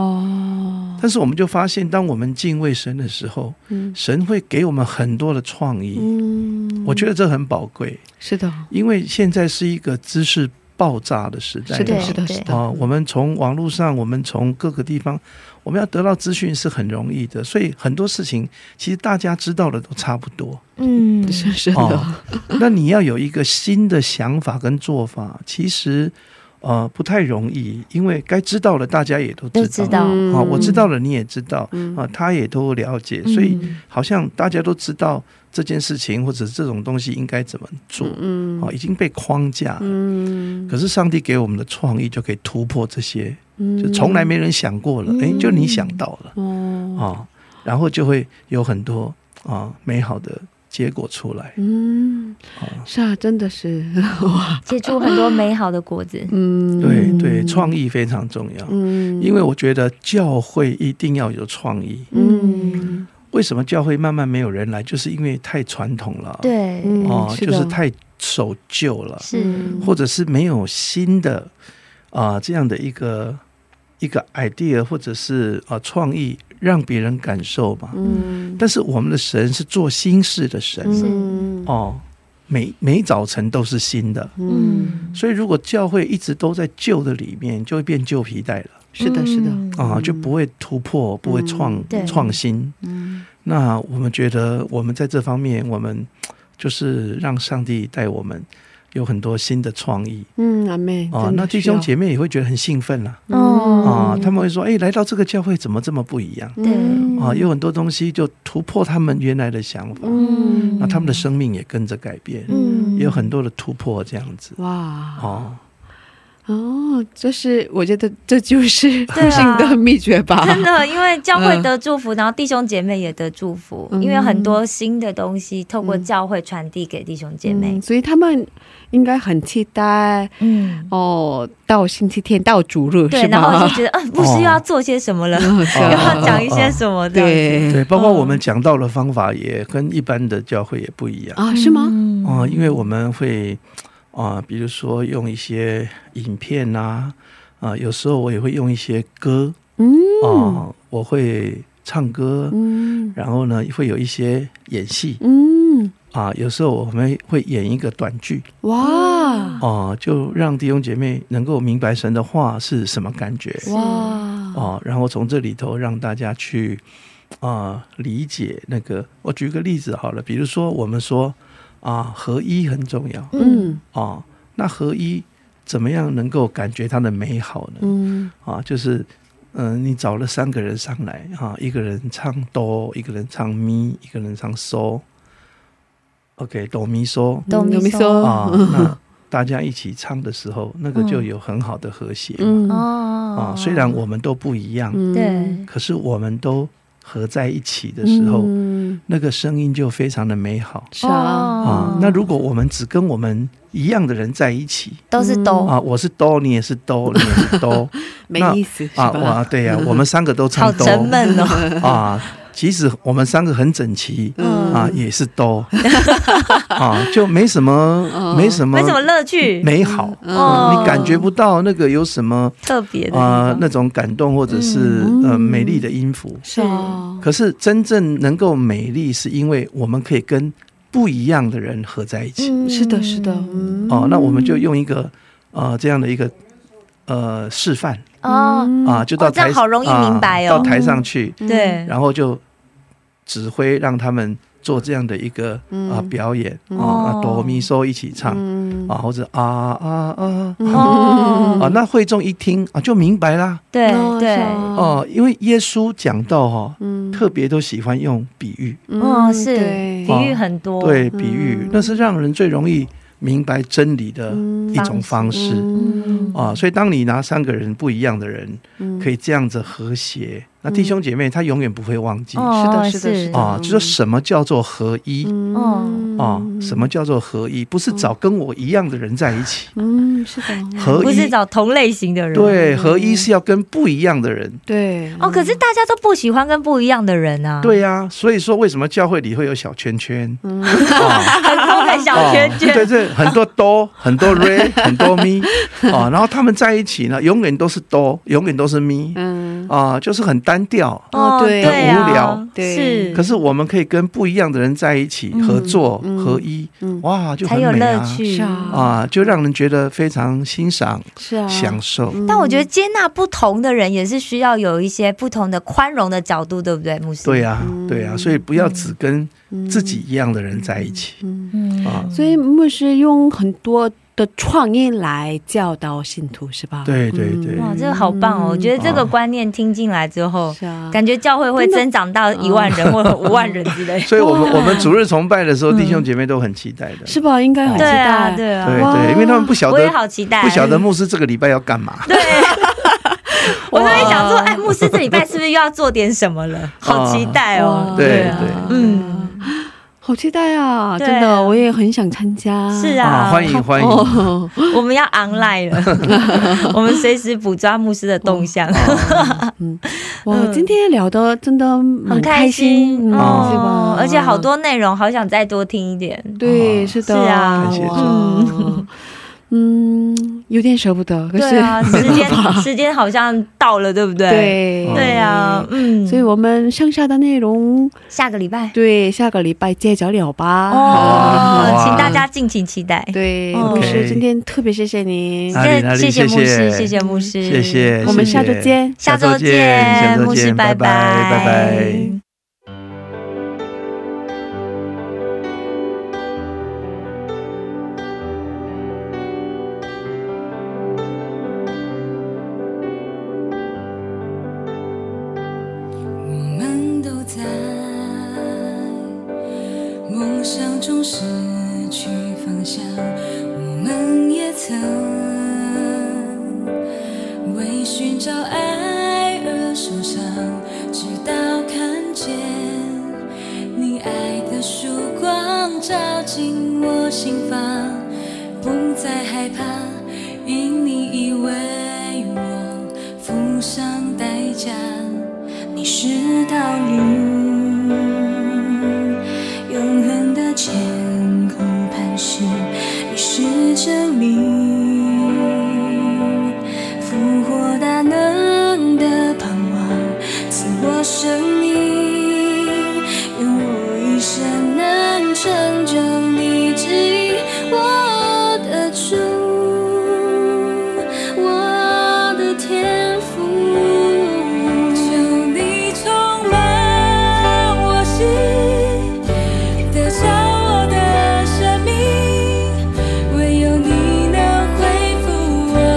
B: 哦，
I: 但是我们就发现，当我们敬畏神的时候，
B: 嗯
I: 神会给我们很多的创意。
B: 嗯，
I: 我觉得这很宝贵，
B: 是的，
I: 因为现在是一个知识爆炸的时代嘛，
B: 是的，
C: 对
B: 是的，是的，
I: 啊、我们从网络上，我们从各个地方，我们要得到资讯是很容易的，所以很多事情其实大家知道的都差不多。
C: 嗯，
B: 是是
I: 哦
B: 的，
I: 那你要有一个新的想法跟做法，其实呃不太容易，因为该知道的大家也都
C: 都
I: 知
C: 知
I: 道。
C: 道，
B: 嗯
I: 啊、我知道了，你也知道，啊、他也都了解，所以
B: 嗯
I: 好像大家都知道这件事情或者这种东西应该怎么做，啊、
B: 嗯
I: 已经被框架了。
B: 嗯
I: 可是上帝给我们的创意就可以突破这些
B: 嗯
I: 就从来没人想过了，哎、就你想到了啊、
B: 哦，
I: 然后就会有很多啊、美好的结果出来。
B: 嗯
I: 啊，
B: 是啊，真的是 哇，
C: 结出很多美好的果子。
B: 嗯，
I: 对对，创意非常重要，
B: 嗯，
I: 因为我觉得教会一定要有创意。
B: 嗯
I: 为什么教会慢慢没有人来，就是因为太传统了，
C: 对，
B: 嗯
I: 哦、
B: 是
I: 就
B: 的
I: 是太守旧了，
C: 是，
I: 或者是没有新的啊、这样的一个一个 idea 或者是啊、创意，让别人感受嘛。
B: 嗯
I: 但是我们的神是做新事的神、
B: 嗯
I: 哦，每每早晨都是新的，
C: 嗯，
I: 所以如果教会一直都在旧的里面，就会变旧皮带了
B: 是的，是的，
C: 嗯
I: 啊、就不会突破，不会创、
C: 对
I: 创新。
G: 嗯，
I: 那我们觉得我们在这方面，我们就是让上帝带我们有很多新的创意
B: 嗯，阿妹
I: 啊、那弟兄姐妹也会觉得很兴奋啦
B: 嗯
I: 啊、
C: 哦
I: 他们会说：“哎，来到这个教会怎么这么不一样
C: 对，
I: 啊、有很多东西就突破他们原来的想法。
B: 嗯
I: 那他们的生命也跟着改变，
C: 嗯
I: 也有很多的突破，这样子
B: 哇
I: 哦。
B: 哦，这是我觉得这就是
C: 对 啊
B: 幸的秘诀吧，
C: 真的，因为教会得祝福，然后弟兄姐妹也得祝福，
B: 嗯
C: 因为很多新的东西透过教会传递给弟兄姐妹
B: 嗯。所以他们应该很期待
C: 嗯，
B: 哦，到星期天到主日
C: 对
B: 是，
C: 然后就
B: 吧？嗯啊
C: 觉得，嗯，牧师又
I: 哦
C: 要做些什么了，又
I: 又
C: 要讲一些什么这样子。
B: 对
I: 对，包括我们讲到的方法也跟一般的教会也不一样
B: 啊，是吗？
G: 嗯
I: 哦，因为我们会啊、比如说用一些影片啊，啊、有时候我也会用一些歌
B: 嗯
I: 啊、我会唱歌，
B: 嗯
I: 然后呢会有一些演戏
B: 嗯，
I: 啊、有时候我们会演一个短剧
C: 啊
B: 哇
I: 哦、就让弟兄姐妹能够明白神的话是什么感觉。
B: 哇
I: 哦，然后从这里头让大家去啊、理解那个。我举个例子好了，比如说我们说啊、合一很重要啊、
B: 嗯
I: 哦那合一怎么样能够感觉它的美好呢？
B: 嗯
I: 啊，就是嗯、呃你找了三个人上来啊，一个人唱哆，一个人唱咪，一个人唱嗦，OK，哆咪嗦
C: 懂
B: 有
C: 你
B: 没
C: 说
I: 啊，那大家一起唱的时候，那个就有很好的和谐嘛。
B: 嗯
I: 啊
C: 哦，
I: 虽然我们都不一样，
B: 嗯
C: 对，
I: 可是我们都合在一起的时候，
B: 嗯
I: 那个声音就非常的美好
B: 是
C: 哦
B: 啊，
I: 啊、那如果我们只跟我们一样的人在一起
C: 都是都
I: 啊，我是哆，你也是 哆，你也是哆
B: 没
I: 那
B: 意思是
I: 啊，
B: 吧
I: 哇，？对呀、我们三个都
C: 嗯
I: 唱
C: 好
I: 哆
C: 沉闷 哦。
I: 啊，即使我们三个很整齐
B: 嗯
I: 啊，也是哆 啊，就没什
B: 哦
I: 么，没什么，
C: 哦没什么乐趣，
I: 美好。啊
C: 哦
I: 你感觉不到那个有什么
C: 特别的地
I: 啊、
C: 方嗯
I: 那种感动或者是、呃美丽的音符，
B: 是啊，
I: 可是真正能够美丽，是因为我们可以跟不一样的人合在一起。
C: 嗯
B: 是的，是的，嗯
I: 哦，那我们就用一个呃这样的一个呃示范
C: 哦，
I: 啊、就到
C: 哦这样
I: 台
C: 好容易
I: 啊
C: 明白哦
I: 到台上去，
C: 对，
I: 然后就指挥让他们做这样的一个啊、
C: 嗯
I: 表演啊，那哆咪嗦一起唱啊，或者啊啊啊
C: 哦，
I: 啊，那会众一听啊就明白啦
C: 对
B: 哦
C: 对
B: 是，啊
I: 哦，因为耶稣讲到哈、
B: 嗯
I: 特别都喜欢用比喻。
C: 哦是
B: 对
C: 比喻很多，
I: 对比喻，那是让人最容易明白真理的一种方式
B: 嗯
I: 啊。所以，当你拿三个人不一样的人，
J: 嗯
I: 可以这样子和谐，那弟兄姐妹他永远不会忘记
C: 哦，
B: 是的
C: 是
B: 是的是的
I: 啊，就说什么叫做合一
C: 嗯
I: 啊，什么叫做合一，不是找跟我一样的人在一起，
B: 嗯，是的，嗯
I: 合
C: 不是
I: 一
C: 找同类型的人，
I: 对合一是要跟不一样的人。
B: 对
C: 哦，可是大家都不喜欢跟不一样的人啊，，
I: 对呀、所以说为什么教会里会有小圈圈？啊
C: 很 多个小圈
I: 哦、对
C: 圈，
I: 对，很多哆，很多哦瑞，很多咪啊、然后他们在一起呢，永远都是哆，永远都是咪。
B: 嗯
I: 啊、就是很单调。
B: 哦对
C: 对啊
I: 很无聊
B: 对
C: 是，
I: 可是我们可以跟不一样的人在一起合作、
B: 嗯
I: 合一，
B: 嗯
I: 哇，就
C: 才
I: 很
C: 有
I: 美
C: 乐
I: 啊！
C: 趣
B: 是啊
I: 啊，就让人觉得非常欣赏、
B: 是啊，
I: 享受。
B: 嗯
C: 但我觉得接纳不同的人也是需要有一些不同的宽容的角度，对不对，牧师？
I: 对呀、啊对呀、所以不要只跟
B: 嗯
I: 自己一样的人在一起
C: 嗯，
I: 啊。
B: 所以牧师用很多的创意来教导信徒，是吧？
I: 对对对
C: 哇，这个好棒哦！我觉得
I: 啊。
C: 这个观念听进来之后，
B: 嗯是啊，哦
C: 感觉教会会增长到一万人或者五万人之
B: 嗯
C: 类
I: 所以我们我们主日崇拜的时候，弟兄姐妹都很期待的。
B: 是吧？应该很期
C: 对啊，
B: 待。
C: 对
I: 对
C: 啊，
I: 对，因为他们不晓
C: 我也
I: 得
C: 好期待，
I: 不晓得牧师这个礼拜要干嘛，
C: 对。我都会想说，哎，牧师这礼拜是不是又要做点什么 了？好期待哦！
B: 哇
I: 对
C: 啊
I: 对
C: 嗯，
B: 好期待啊！
C: 对
B: 真
C: 啊
B: 的，我也很想参加。
C: 是
I: 啊，
C: 啊，
I: 欢迎欢迎。
B: 哦，
C: 我们要 online 了，我们随时捕抓牧师的动向。
I: 哦
B: 我今天聊的真的
C: 很
B: 很
C: 开
B: 心，
C: 心
B: 嗯是
C: 哦
B: 吧，？
C: 而且好多内容，好想再多听一点。
I: 哦
B: 对，是的，
C: 是啊
I: 感谢
B: 哇
C: 嗯
B: 嗯，有点舍不得，可是
C: 对啊，时间时间好像到了，对不对？
B: 对
C: 对啊，，嗯，
B: 所以我们剩下的内容，
C: 下个礼拜
B: 对，下个礼拜接着聊吧。
I: 好
C: 哦
I: 啊，
C: 请大家敬请期待。
B: 对，
C: OK
B: 牧师，今天特别谢谢你，
I: 哪里哪里
C: 谢谢
I: 谢
C: 牧师，
I: 谢
C: 谢谢牧师，
I: 谢谢，
B: 我们
I: 谢
B: 下周
I: 谢
B: 见
C: 下周
I: 下
C: 见，
I: 周
C: 牧师，
I: 见，拜拜，拜拜。
K: 我们都在梦想中失去方向，我们也曾为寻找爱而受伤，直到看见你爱的曙光照进我心房，不再害怕因你以为我付上代价。你是道路，永远的前空磐石，你是真理，复活大能的盼望，赐我生命，愿我一生能成就你指引我的主，我的天赋。求你充满我心，得着我的生命，唯有你能恢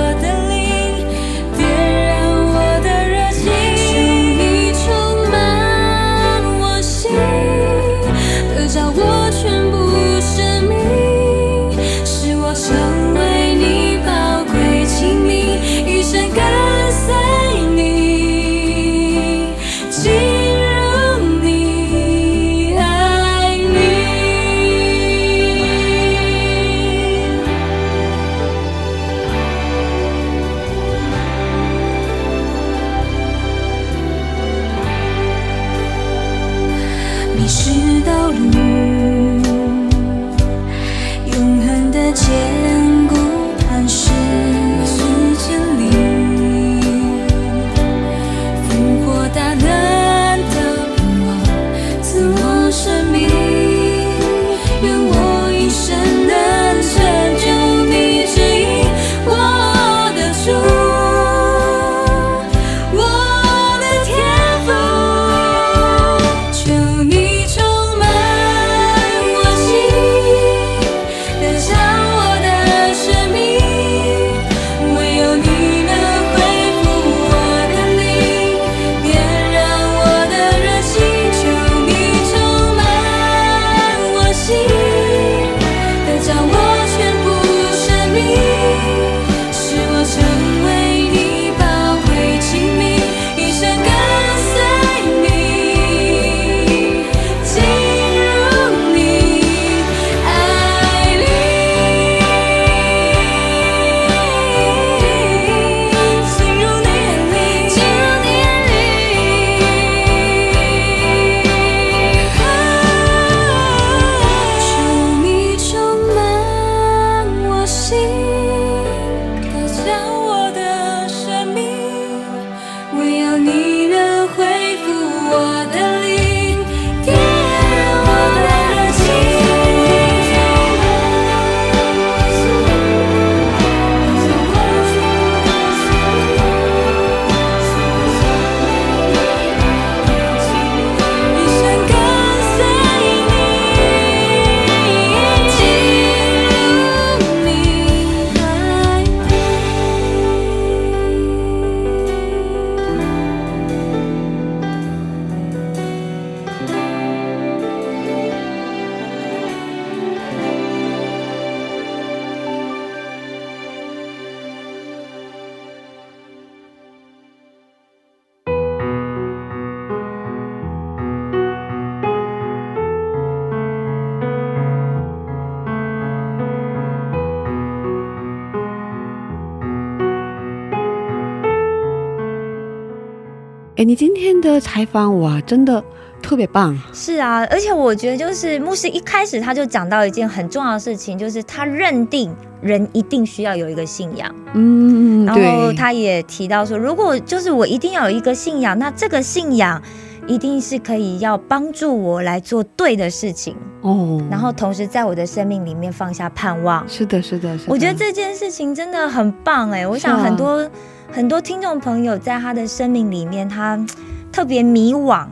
B: 哎，你今天的采访哇，真的特别棒。
C: 是啊，而且我觉得就是牧师一开始他就讲到一件很重要的事情，就是他认定人一定需要有一个信仰，
B: 嗯，
C: 然
B: 对
C: 后他也提到说，如果就是我一定要有一个信仰，那这个信仰一定是可以要帮助我来做对的事情，
B: 哦，
C: 然后同时在我的生命里面放下盼望。
B: 是的，是的，是的。
C: 我觉得这件事情真的很棒哎、我想
B: 是啊
C: 很多、很多听众朋友在他的生命里面，他嗯特别迷惘，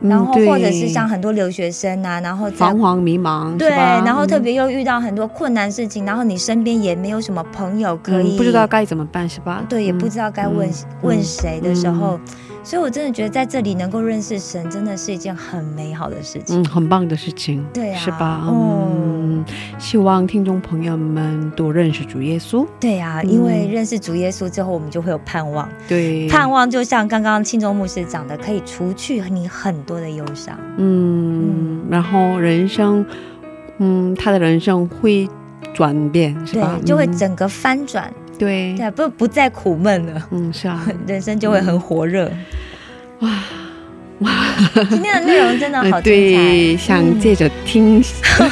B: 嗯，
C: 然后
B: 对
C: 或者是像很多留学生啊，然后在
B: 彷徨迷茫，
C: 对，
B: 是吧
C: 然后特
B: 嗯
C: 别又遇到很多困难事情，然后你身边也没有什么朋友可
B: 嗯
C: 以，
B: 不知道该怎么办，是吧？
C: 对，也
B: 嗯
C: 不知道该问、
B: 嗯
C: 问谁的时候。所以，我真的觉得在这里能够认识神，真的是一件很美好的事情。
B: 嗯，很棒的事情，
C: 对啊
B: 是吧？
C: 嗯
B: 嗯，希望听众朋友们多认识主耶稣，
C: 对啊，因为认识主耶稣之后，我们就会有盼望。
B: 嗯对，
C: 盼望就像刚刚庆州牧师讲的，可以除去你很多的忧伤。
B: 嗯，然后人生，嗯，他的人生会转变，是吧
C: 对，？就会
B: 嗯
C: 整个翻转，
B: 对，
C: 对，啊不不再苦闷了，
B: 嗯，是啊， 嗯
C: 人生就会很火热。哇哇！今天的内容真的好
B: 呃
C: 精彩，嗯
B: 对，想借着听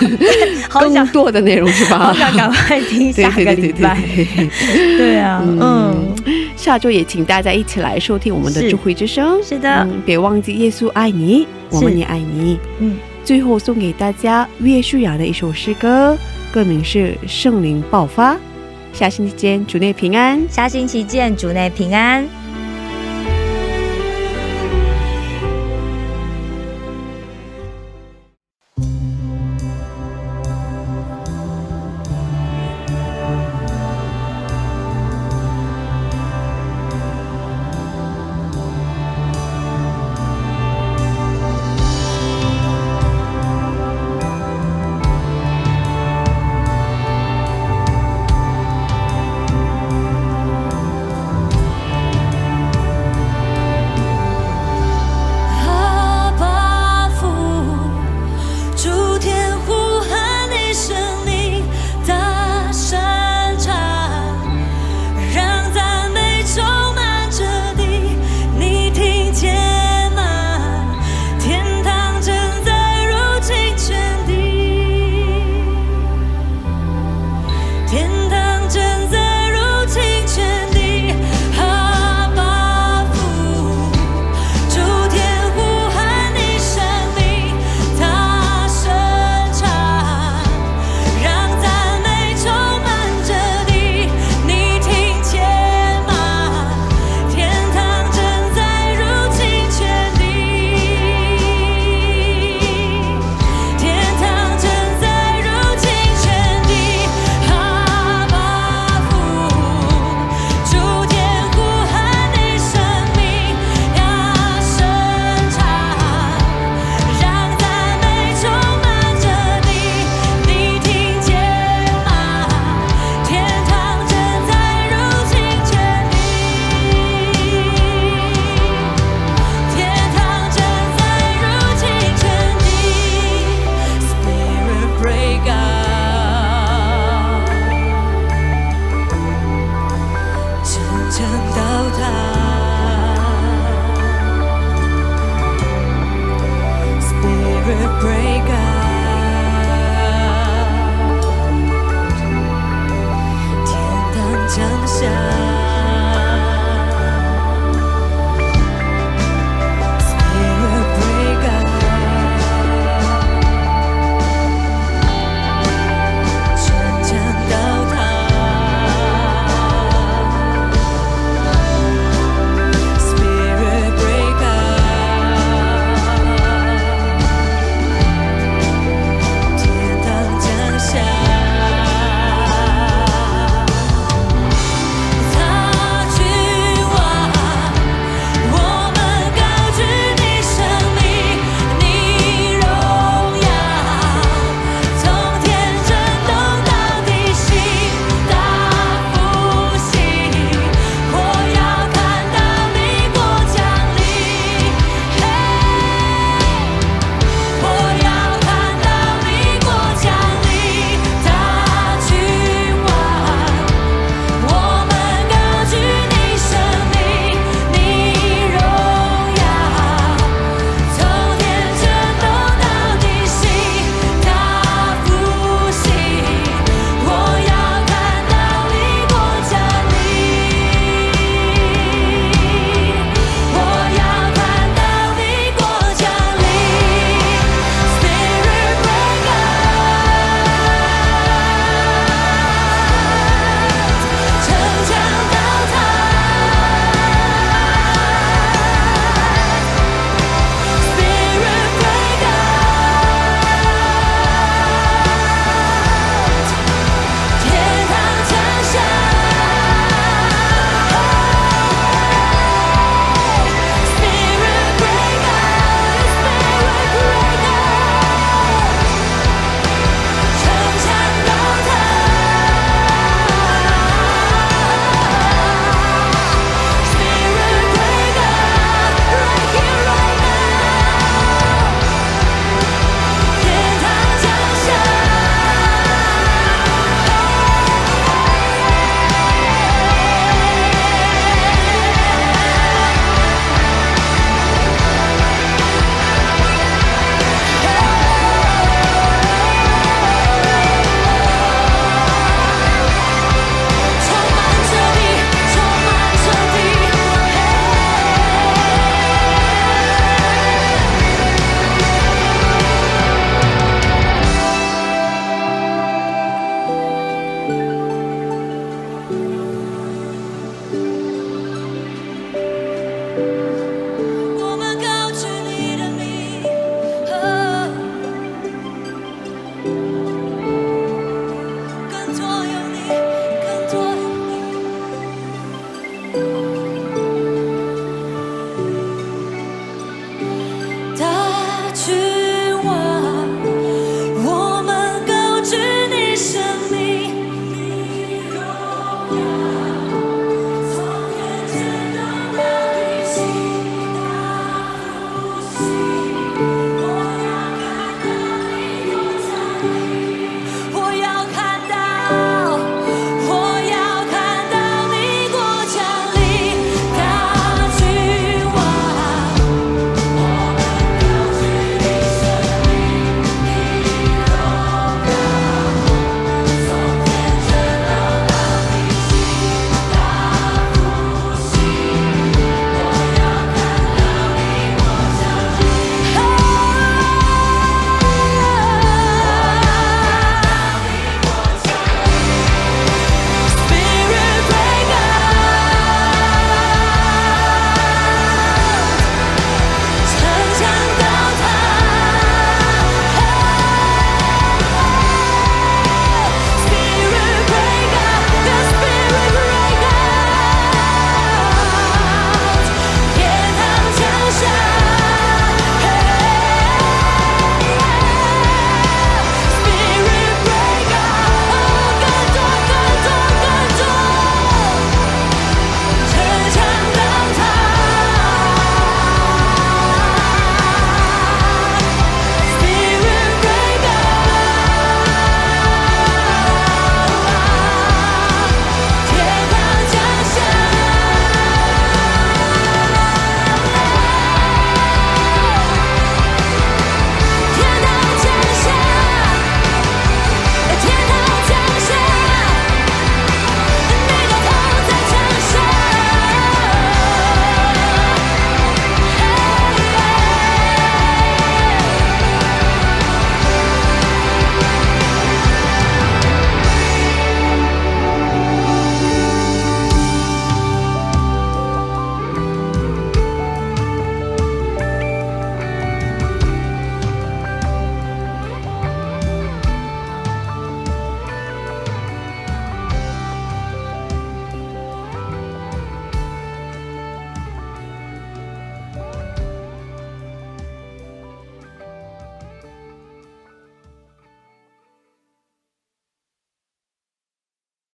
C: 好
B: 更
C: 想
B: 多的内容，是吧
C: 好？想赶快听
B: 对
C: 下
B: 对
C: 个
B: 对对
C: 礼
B: 对
C: 拜。
B: 对。
C: 对啊，嗯，
B: 下周也请大家一起来收听我们的
C: 是
B: 智慧之声。
C: 是的
B: 嗯，别忘记耶稣爱你，我们也爱你。
C: 嗯，
B: 最后送给大家岳舒雅的一首诗歌，歌名是《圣灵爆发》。下星期见，主内平安。
C: 下星期见，主内平安。
A: 阿爸父，诸天呼喊你声音，大山唱，让赞美充满着地，你听见吗？天堂正在入侵全地。天堂正在入侵全地，阿爸父，诸天呼喊你生命，他声唱，让赞美充满着地，你听见吗？天堂正在入侵全地。天堂正在入侵全地，阿爸父，主天呼喊你生命，大声唱，让赞美充满着你，你听见吗？天堂正在入侵全地。天堂正在入侵全地，Spirit break out，真正倒塌，Spirit break out，天堂降下。哦 oh,